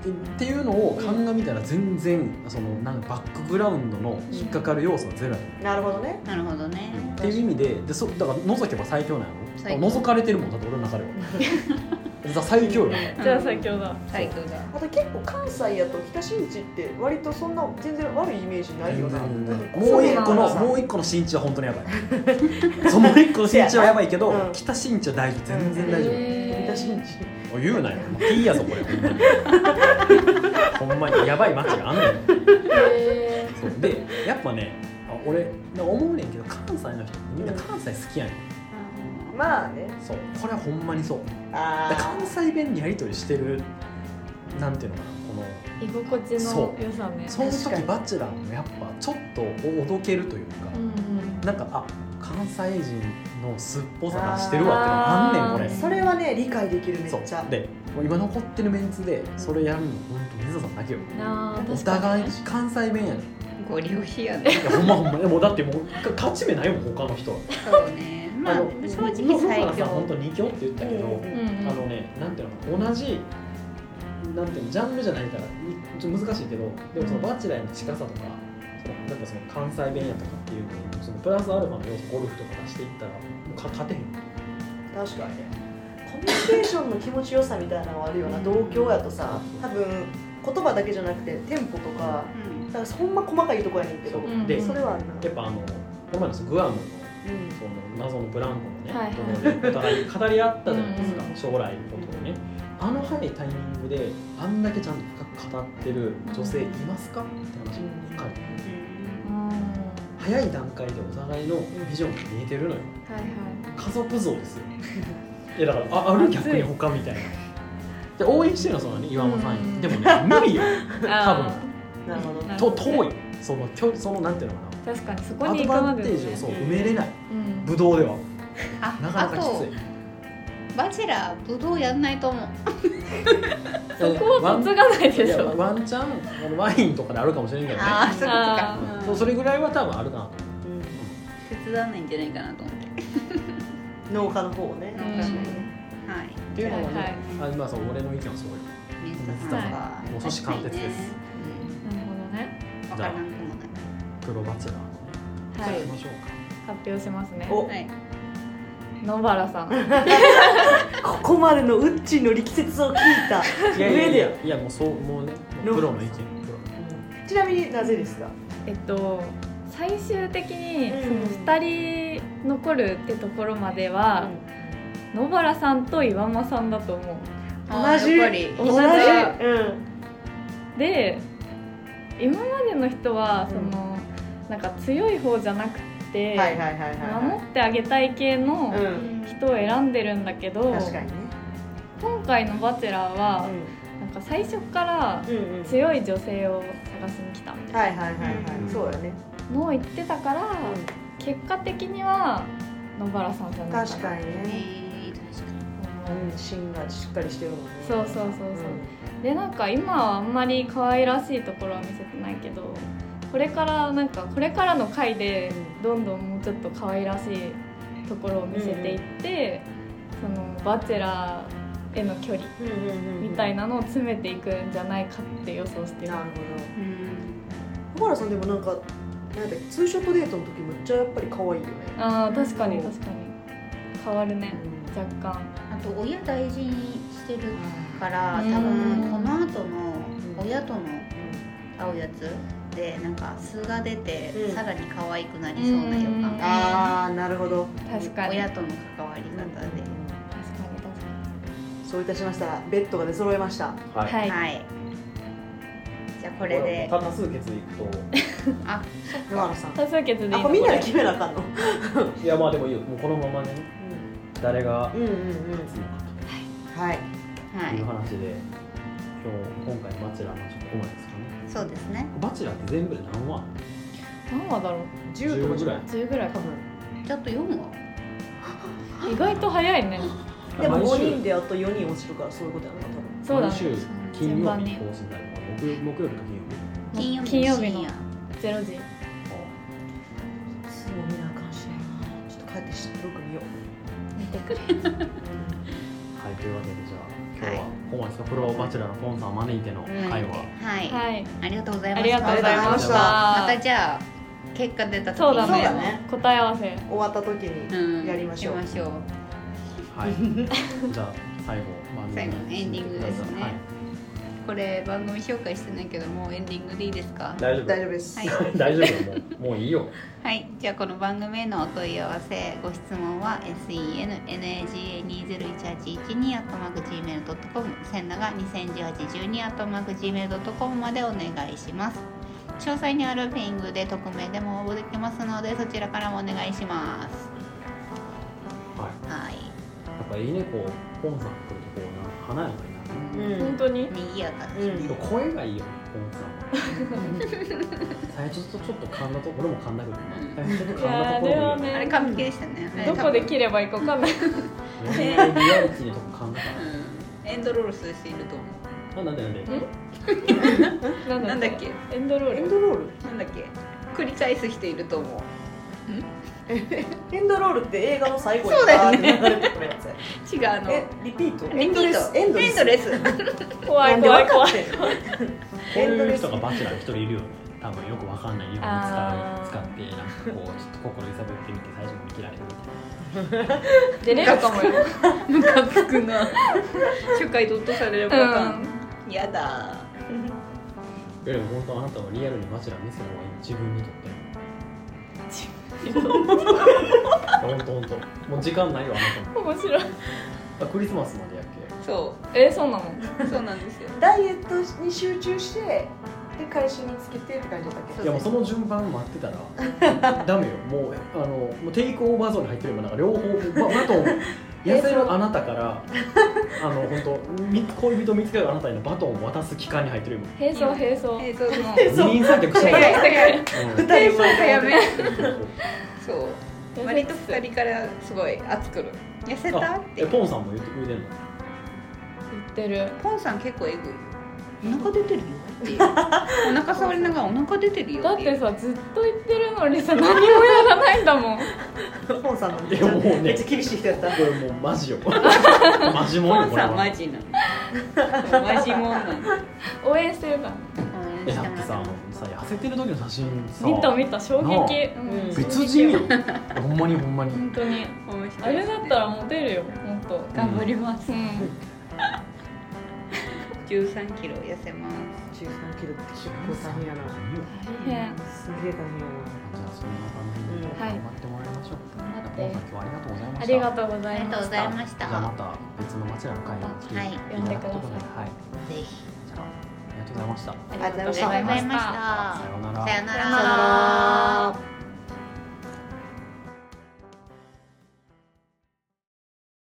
[SPEAKER 4] うん
[SPEAKER 1] ん
[SPEAKER 2] っていうのを鑑みたら全然そのなんかバックグラウンドの引っかかる要素はゼロやと思う
[SPEAKER 4] なるほどね
[SPEAKER 1] なるほどね、
[SPEAKER 2] っていう意味ででそだから覗けば最強なんや
[SPEAKER 1] 最
[SPEAKER 2] ろ
[SPEAKER 1] 強
[SPEAKER 2] 覗かれてるもんだって俺の 中ではだから最強よだから
[SPEAKER 3] じゃあ最強だ
[SPEAKER 1] 最強だ
[SPEAKER 4] あと結構関西やと北新地って割とそんな全然悪いイメージないよ
[SPEAKER 2] 全
[SPEAKER 4] な
[SPEAKER 2] 然
[SPEAKER 4] だ
[SPEAKER 2] 全
[SPEAKER 4] って
[SPEAKER 2] 然
[SPEAKER 4] こ
[SPEAKER 2] も一個
[SPEAKER 4] そうなん
[SPEAKER 2] の
[SPEAKER 4] さ
[SPEAKER 2] もう一個の新地は本当にやばいその一個の新地はやばいけど、
[SPEAKER 4] うん
[SPEAKER 2] 北新地は大丈夫全然大丈夫、
[SPEAKER 4] 北新地
[SPEAKER 2] おい言うなよもういいやぞ これほんまにほんまにやばい街があんねん
[SPEAKER 3] へ
[SPEAKER 2] そうでやっぱねあ俺なんか思うねんけど関西の人ってみんな関西好きやねん、
[SPEAKER 4] まあね
[SPEAKER 2] そうこれはほんまにそうだから
[SPEAKER 4] あ
[SPEAKER 2] 関西弁にやり取りしてるなんていうのかなこ
[SPEAKER 3] ー居心地の良さね
[SPEAKER 2] のその
[SPEAKER 4] 確か
[SPEAKER 2] 時
[SPEAKER 4] に
[SPEAKER 2] バチェラーもやっぱちょっとおどけるというか、
[SPEAKER 3] うんうん
[SPEAKER 2] なんかあ関西人のすっぽさ出してるわってのあんねんこれ
[SPEAKER 3] あー
[SPEAKER 4] それはね理解できるめっ
[SPEAKER 2] そう
[SPEAKER 4] ちゃ
[SPEAKER 2] でもう今残ってるメンツでそれやるのほんと水田さんだけよ
[SPEAKER 3] なあ
[SPEAKER 2] お
[SPEAKER 3] 確かに
[SPEAKER 2] 互い関西弁やねん
[SPEAKER 1] ご利用しやね
[SPEAKER 2] ほんまほんまでもうだってもうか勝ち目ないもん他の人は
[SPEAKER 1] そうねまあ
[SPEAKER 2] の
[SPEAKER 1] 正直最
[SPEAKER 2] 野原さん本
[SPEAKER 1] 強
[SPEAKER 2] 当に2強って言ったけど、
[SPEAKER 4] うん
[SPEAKER 3] うんうん
[SPEAKER 2] あのねなんていうのかな同じなんていうのジャンルじゃないからいちょっと難しいけどでもそのバチェラーへの近さとかそのなんかその関西弁やとかっていうのにそのプラスアルファの要素ゴルフとか出していったらもうか勝てへん
[SPEAKER 4] 確かにねコミュニケーションの気持ちよさみたいなのはあるよな同居やとさ多分言葉だけじゃなくてテンポとか
[SPEAKER 1] うん
[SPEAKER 4] だからほんま細かいとこやねんけど、
[SPEAKER 2] そう
[SPEAKER 3] うん
[SPEAKER 2] で
[SPEAKER 4] それはあるな
[SPEAKER 2] やっぱあのこの前のそのグアムの
[SPEAKER 4] うん
[SPEAKER 2] その謎のブランコのね、
[SPEAKER 3] はいはい
[SPEAKER 2] ところでお互い語り合ったじゃないですか
[SPEAKER 3] うん
[SPEAKER 2] 将来のことをねあの早いタイミングであんだけちゃんと深く語ってる女性いますかって話ばっかり早い段階でお互いのビジョンが見えてるのよ
[SPEAKER 3] はい
[SPEAKER 2] 家族像ですよ いやだからあある逆に他みたいなで応援してるのはそのね岩間さんよ、
[SPEAKER 3] うん
[SPEAKER 2] でもね無理よ
[SPEAKER 3] は
[SPEAKER 2] 多
[SPEAKER 3] い
[SPEAKER 2] 分
[SPEAKER 4] なるほど
[SPEAKER 3] なる
[SPEAKER 2] と
[SPEAKER 3] ほど
[SPEAKER 2] 遠いその距離そのなんていうのかな
[SPEAKER 3] 確かにそこ
[SPEAKER 2] ア
[SPEAKER 3] に
[SPEAKER 2] ド
[SPEAKER 3] 行
[SPEAKER 2] バ
[SPEAKER 3] くま
[SPEAKER 2] ン
[SPEAKER 3] で
[SPEAKER 2] テージをそう埋めれない
[SPEAKER 3] うん
[SPEAKER 2] ブドウでは
[SPEAKER 1] あ
[SPEAKER 2] なか
[SPEAKER 1] あ
[SPEAKER 2] なかきつ
[SPEAKER 1] と
[SPEAKER 2] い
[SPEAKER 1] バチェラーブドウやんないと思う
[SPEAKER 2] そ
[SPEAKER 3] そこは嫁がないで
[SPEAKER 2] い
[SPEAKER 3] し
[SPEAKER 2] や
[SPEAKER 3] ょ
[SPEAKER 2] ワンチャンあのワインとかであるかもしれんけどね
[SPEAKER 1] ああそう
[SPEAKER 3] あ
[SPEAKER 1] いうことか
[SPEAKER 2] そううんそれぐらいは多分あるかなと
[SPEAKER 4] うん
[SPEAKER 1] 手伝わないんじゃないかなと思って
[SPEAKER 4] 農家の方をね
[SPEAKER 1] う
[SPEAKER 4] 確
[SPEAKER 1] ん
[SPEAKER 4] かにね
[SPEAKER 1] はい
[SPEAKER 2] っていうのもね、
[SPEAKER 3] はい
[SPEAKER 2] あまあそう俺の意見はそうよ
[SPEAKER 1] 水田
[SPEAKER 2] 水
[SPEAKER 1] さ
[SPEAKER 2] 田
[SPEAKER 1] ん
[SPEAKER 2] さんもう組織貫徹です
[SPEAKER 3] なるほどね
[SPEAKER 1] うんわからなくもない
[SPEAKER 2] プロバチェラーのね
[SPEAKER 3] はい
[SPEAKER 2] 行きましょうか
[SPEAKER 3] 発表しますね
[SPEAKER 4] お
[SPEAKER 1] はい
[SPEAKER 3] 野原さん
[SPEAKER 4] ここまでのウッチーの力説を聞いた
[SPEAKER 2] いやいや
[SPEAKER 4] 上
[SPEAKER 2] い
[SPEAKER 4] でよ
[SPEAKER 2] やいやもうそうもうねもうプロの意見プロ
[SPEAKER 4] ちなみになぜですか
[SPEAKER 3] えっと最終的に
[SPEAKER 4] うん
[SPEAKER 3] その2人残るってところまでは、野原さんと岩間さんだと思
[SPEAKER 1] あー
[SPEAKER 4] 同じ
[SPEAKER 1] やっぱり
[SPEAKER 4] 同
[SPEAKER 3] 同
[SPEAKER 4] じ
[SPEAKER 3] じ
[SPEAKER 4] うん
[SPEAKER 3] うで今までの人はその、なんか強い方じゃなくて、
[SPEAKER 4] はいはいはいはいは
[SPEAKER 3] 守ってあげたい系の
[SPEAKER 4] いうん
[SPEAKER 1] 人
[SPEAKER 3] 人を選んでるんだけど、
[SPEAKER 4] 確かにね
[SPEAKER 3] 今回の「バチェラーは」なんか最初から
[SPEAKER 4] うんうんうん
[SPEAKER 3] 強い女性を探しに来たみたい
[SPEAKER 4] はいはいはいはいそうやね
[SPEAKER 3] なのを言ってたから、結果的には野原さんじゃない
[SPEAKER 4] 確
[SPEAKER 3] かな
[SPEAKER 4] かにね
[SPEAKER 1] えー確かに
[SPEAKER 3] うん
[SPEAKER 4] うん芯がしっかりしてるもんね
[SPEAKER 3] そうそうそうそうでなんか今はあんまり可愛らしいところは見せてないけどこれからなんかこれからの回でどんどんもうちょっと可愛らしいところを見せていって、そのバチェラーへの距離
[SPEAKER 4] うんうんうんうん
[SPEAKER 3] みたいなのを詰めていくんじゃないかって予想してる
[SPEAKER 4] なるほ
[SPEAKER 1] うん
[SPEAKER 4] ど小原さんでもなんかなんだっけツーショットデートの時めっちゃやっぱり可愛いよね
[SPEAKER 3] あー確かに確かに変わるね若干
[SPEAKER 1] あと親大事にしてるから
[SPEAKER 3] うん
[SPEAKER 1] 多分この後の親との会うやつでなんか素が出て
[SPEAKER 4] うん
[SPEAKER 1] さらに可愛くなりそうな予
[SPEAKER 3] うん
[SPEAKER 1] 感
[SPEAKER 4] ああなるほど
[SPEAKER 3] 確かに
[SPEAKER 1] 親
[SPEAKER 3] 確か
[SPEAKER 1] との関わり方で
[SPEAKER 3] に確か
[SPEAKER 4] そういたしましたベッドが出揃えました
[SPEAKER 2] はい、
[SPEAKER 3] にはい、
[SPEAKER 1] はいじゃあこれで
[SPEAKER 2] 多数決でいく
[SPEAKER 1] あ
[SPEAKER 4] 野原さん
[SPEAKER 3] 多数決でいい
[SPEAKER 4] あ
[SPEAKER 3] の
[SPEAKER 4] これみんなで
[SPEAKER 3] こ
[SPEAKER 4] 決めなあかんの
[SPEAKER 2] といやまあでもいいよもうこのままね誰が
[SPEAKER 4] うんうんうん
[SPEAKER 2] 勝つのか
[SPEAKER 4] は
[SPEAKER 1] は
[SPEAKER 4] い
[SPEAKER 2] という
[SPEAKER 1] い
[SPEAKER 2] 話で、今日今回のバチェラーの話はここまでですかね
[SPEAKER 1] そうですね
[SPEAKER 2] バチェラーって全部で何話
[SPEAKER 3] 何話だろう
[SPEAKER 4] 10とかじゃない
[SPEAKER 3] 10ぐらい
[SPEAKER 4] 多
[SPEAKER 3] か
[SPEAKER 4] 分
[SPEAKER 1] ちょっと読むわ
[SPEAKER 3] 意外と早いね
[SPEAKER 4] でも
[SPEAKER 2] 毎
[SPEAKER 4] 5
[SPEAKER 2] 週
[SPEAKER 4] 人であと4人落ちるからそういうことやな多分
[SPEAKER 3] そうだ
[SPEAKER 2] 毎
[SPEAKER 3] ね
[SPEAKER 2] 週金
[SPEAKER 3] 順
[SPEAKER 2] 曜
[SPEAKER 3] 番
[SPEAKER 2] 日に
[SPEAKER 3] に
[SPEAKER 2] 更新になるのか木木曜日か金曜日
[SPEAKER 1] 金曜日
[SPEAKER 3] 金曜日
[SPEAKER 1] 深夜
[SPEAKER 3] の0時
[SPEAKER 4] すぐ見なあかんしなちょっと帰ってしよく見よ
[SPEAKER 3] 見てくれ
[SPEAKER 2] はいというわけでじゃあ今日はここまでですかプロバチェラーのポンさんを招いての会話
[SPEAKER 1] はい、
[SPEAKER 3] はい
[SPEAKER 1] ありがとうございまし
[SPEAKER 3] あり
[SPEAKER 1] た
[SPEAKER 3] がとうございました
[SPEAKER 1] またじゃあ結果出た時に
[SPEAKER 3] そうだ
[SPEAKER 4] そう
[SPEAKER 3] ね
[SPEAKER 4] だね
[SPEAKER 3] 答え合わせ
[SPEAKER 4] う終わった時に
[SPEAKER 1] うん、
[SPEAKER 4] やりましょう
[SPEAKER 1] やりましょう
[SPEAKER 2] うはいじゃあ最後番組
[SPEAKER 1] 最後
[SPEAKER 2] に
[SPEAKER 1] エンディングですね
[SPEAKER 2] はい
[SPEAKER 1] これ番組紹介してないけどもうエンディングでいいですか
[SPEAKER 2] 大丈夫
[SPEAKER 4] 大丈夫です
[SPEAKER 1] は
[SPEAKER 4] はい い
[SPEAKER 2] 大丈夫よもうもういいよ
[SPEAKER 1] はい、じゃあこの番組へのお問い合わせご質問は sennagaga201812 at markgmail.com センナが201812 at markgmail.com までお願いします詳細にあるペイングで匿名でも応募できますのでそちらからもお願いします
[SPEAKER 2] はい
[SPEAKER 1] はい
[SPEAKER 2] やっぱいいねこうポンさん来るとこうな華やかになるね
[SPEAKER 4] うん
[SPEAKER 3] 本当に
[SPEAKER 1] 賑やかですね、
[SPEAKER 2] でも声がいいよねポンさんは最初とちょっと噛んだところも噛んだけどな最初ちょっと噛んだところもいいよね
[SPEAKER 1] あれ完璧でしたねあれ
[SPEAKER 3] どこ
[SPEAKER 1] 多
[SPEAKER 3] で
[SPEAKER 1] 分
[SPEAKER 3] 切ればいいか分かんない
[SPEAKER 2] 恋愛リアリティのとこ噛んだか
[SPEAKER 1] うんエンドロールする人いると思う
[SPEAKER 2] らあなんでなんで
[SPEAKER 3] なん
[SPEAKER 1] なんだっけ
[SPEAKER 3] エンドロー
[SPEAKER 4] エ
[SPEAKER 3] ル
[SPEAKER 4] ンドロール
[SPEAKER 1] なんだっけ繰り返す人いると思う
[SPEAKER 4] エンドロールって映画の最後に
[SPEAKER 1] そうだよね
[SPEAKER 4] バーって流れてくるやつ
[SPEAKER 1] 違うあの
[SPEAKER 4] えリピート
[SPEAKER 1] リピート
[SPEAKER 4] エンド
[SPEAKER 1] エ
[SPEAKER 4] レ
[SPEAKER 1] ン
[SPEAKER 4] ス
[SPEAKER 1] ドレス
[SPEAKER 3] 怖
[SPEAKER 4] ないんで
[SPEAKER 3] 怖い
[SPEAKER 4] 分か
[SPEAKER 3] 怖
[SPEAKER 4] っ
[SPEAKER 3] い
[SPEAKER 4] てんの
[SPEAKER 2] こういう人がバチェラー一人いるよね多分よくわかんない日本語
[SPEAKER 3] あ
[SPEAKER 2] 使う使っ
[SPEAKER 3] ー
[SPEAKER 2] てなんかこうちょっと心揺さぶってみて最初に見切られるみたいな
[SPEAKER 3] 出れるかもよ
[SPEAKER 1] ムカつくな初回で落とされればあかんやだ
[SPEAKER 2] いやでも本当あなたはリアルにバチェラー見せた方がいい自分にとって本当本当もう時間ないよあな
[SPEAKER 3] 面白い
[SPEAKER 2] たもあクリスマスまでやっ
[SPEAKER 1] そ
[SPEAKER 3] えそうなの
[SPEAKER 1] うそうなんですよ
[SPEAKER 4] ダイエットに集中してで回収につけてって感じだったっ
[SPEAKER 2] け
[SPEAKER 4] け
[SPEAKER 2] いやもうその順番待ってたらダメよもうあのもうテイクオーバーゾーンに入ってる今なんか両方ままと痩せるあなたからあの本当み恋人見つけるあなたにバトンを渡す期間に入ってる今
[SPEAKER 3] 並走並走
[SPEAKER 1] えーそうもう
[SPEAKER 2] 二人三脚し
[SPEAKER 1] 早
[SPEAKER 2] た
[SPEAKER 1] い
[SPEAKER 2] から
[SPEAKER 1] 早
[SPEAKER 2] う
[SPEAKER 1] い
[SPEAKER 2] ん
[SPEAKER 4] 二人前
[SPEAKER 1] 早め
[SPEAKER 2] そう
[SPEAKER 1] そう
[SPEAKER 3] 痩せ
[SPEAKER 1] 割と二人からすごい熱くる痩せた
[SPEAKER 2] あ
[SPEAKER 1] っ、て
[SPEAKER 2] えポンさんも言ってくれてるの
[SPEAKER 3] 言ってる
[SPEAKER 1] ポンさん結構えぐいお腹出てるよっていうお腹触りながらお腹出てるよ
[SPEAKER 3] だっ
[SPEAKER 1] ってい
[SPEAKER 3] て
[SPEAKER 1] う
[SPEAKER 3] さずっと言ってるのにさ何もやらないんだもん
[SPEAKER 4] ポンさんの
[SPEAKER 2] いやもうね
[SPEAKER 4] めっちゃ厳しい人やった
[SPEAKER 2] これもうマジよマジもん
[SPEAKER 1] ポ
[SPEAKER 2] よ
[SPEAKER 1] ン
[SPEAKER 2] これ
[SPEAKER 1] さんマ
[SPEAKER 2] は
[SPEAKER 1] ジなのマジもんなの
[SPEAKER 3] 応援してるから
[SPEAKER 2] えだってささ痩せてる時の写真さ
[SPEAKER 3] 見た見た衝
[SPEAKER 2] なあ
[SPEAKER 3] 撃、うん、
[SPEAKER 2] 別人よ
[SPEAKER 3] 衝撃
[SPEAKER 2] ほんまにほんまに
[SPEAKER 3] 本当にあれだったらモテるよ本当
[SPEAKER 1] 頑張ります
[SPEAKER 3] うん
[SPEAKER 1] 1 3キロ痩せます
[SPEAKER 4] 1 3キロって結構大変やな
[SPEAKER 3] 大変
[SPEAKER 4] すげえ大変や
[SPEAKER 2] じゃあそんな感じで
[SPEAKER 4] うん
[SPEAKER 3] はい
[SPEAKER 2] 頑張ってもらいましょう、
[SPEAKER 3] 頑張
[SPEAKER 2] ポンさ
[SPEAKER 3] って
[SPEAKER 2] ん今日はありがとうございました
[SPEAKER 3] ありがとうござい
[SPEAKER 2] ざい
[SPEAKER 3] ます
[SPEAKER 2] ま
[SPEAKER 1] し
[SPEAKER 2] じゃあまた別の町らの会に来て
[SPEAKER 1] はい
[SPEAKER 2] いただくことで
[SPEAKER 3] 呼んでくだ
[SPEAKER 2] はいじゃあありがとうご
[SPEAKER 1] ぜひ
[SPEAKER 2] ざいました
[SPEAKER 3] あ
[SPEAKER 4] な
[SPEAKER 3] りがとうご
[SPEAKER 2] さようなら
[SPEAKER 1] ありがとうございましたたさ
[SPEAKER 3] ざいまし
[SPEAKER 1] よな
[SPEAKER 3] さよなら
[SPEAKER 1] ら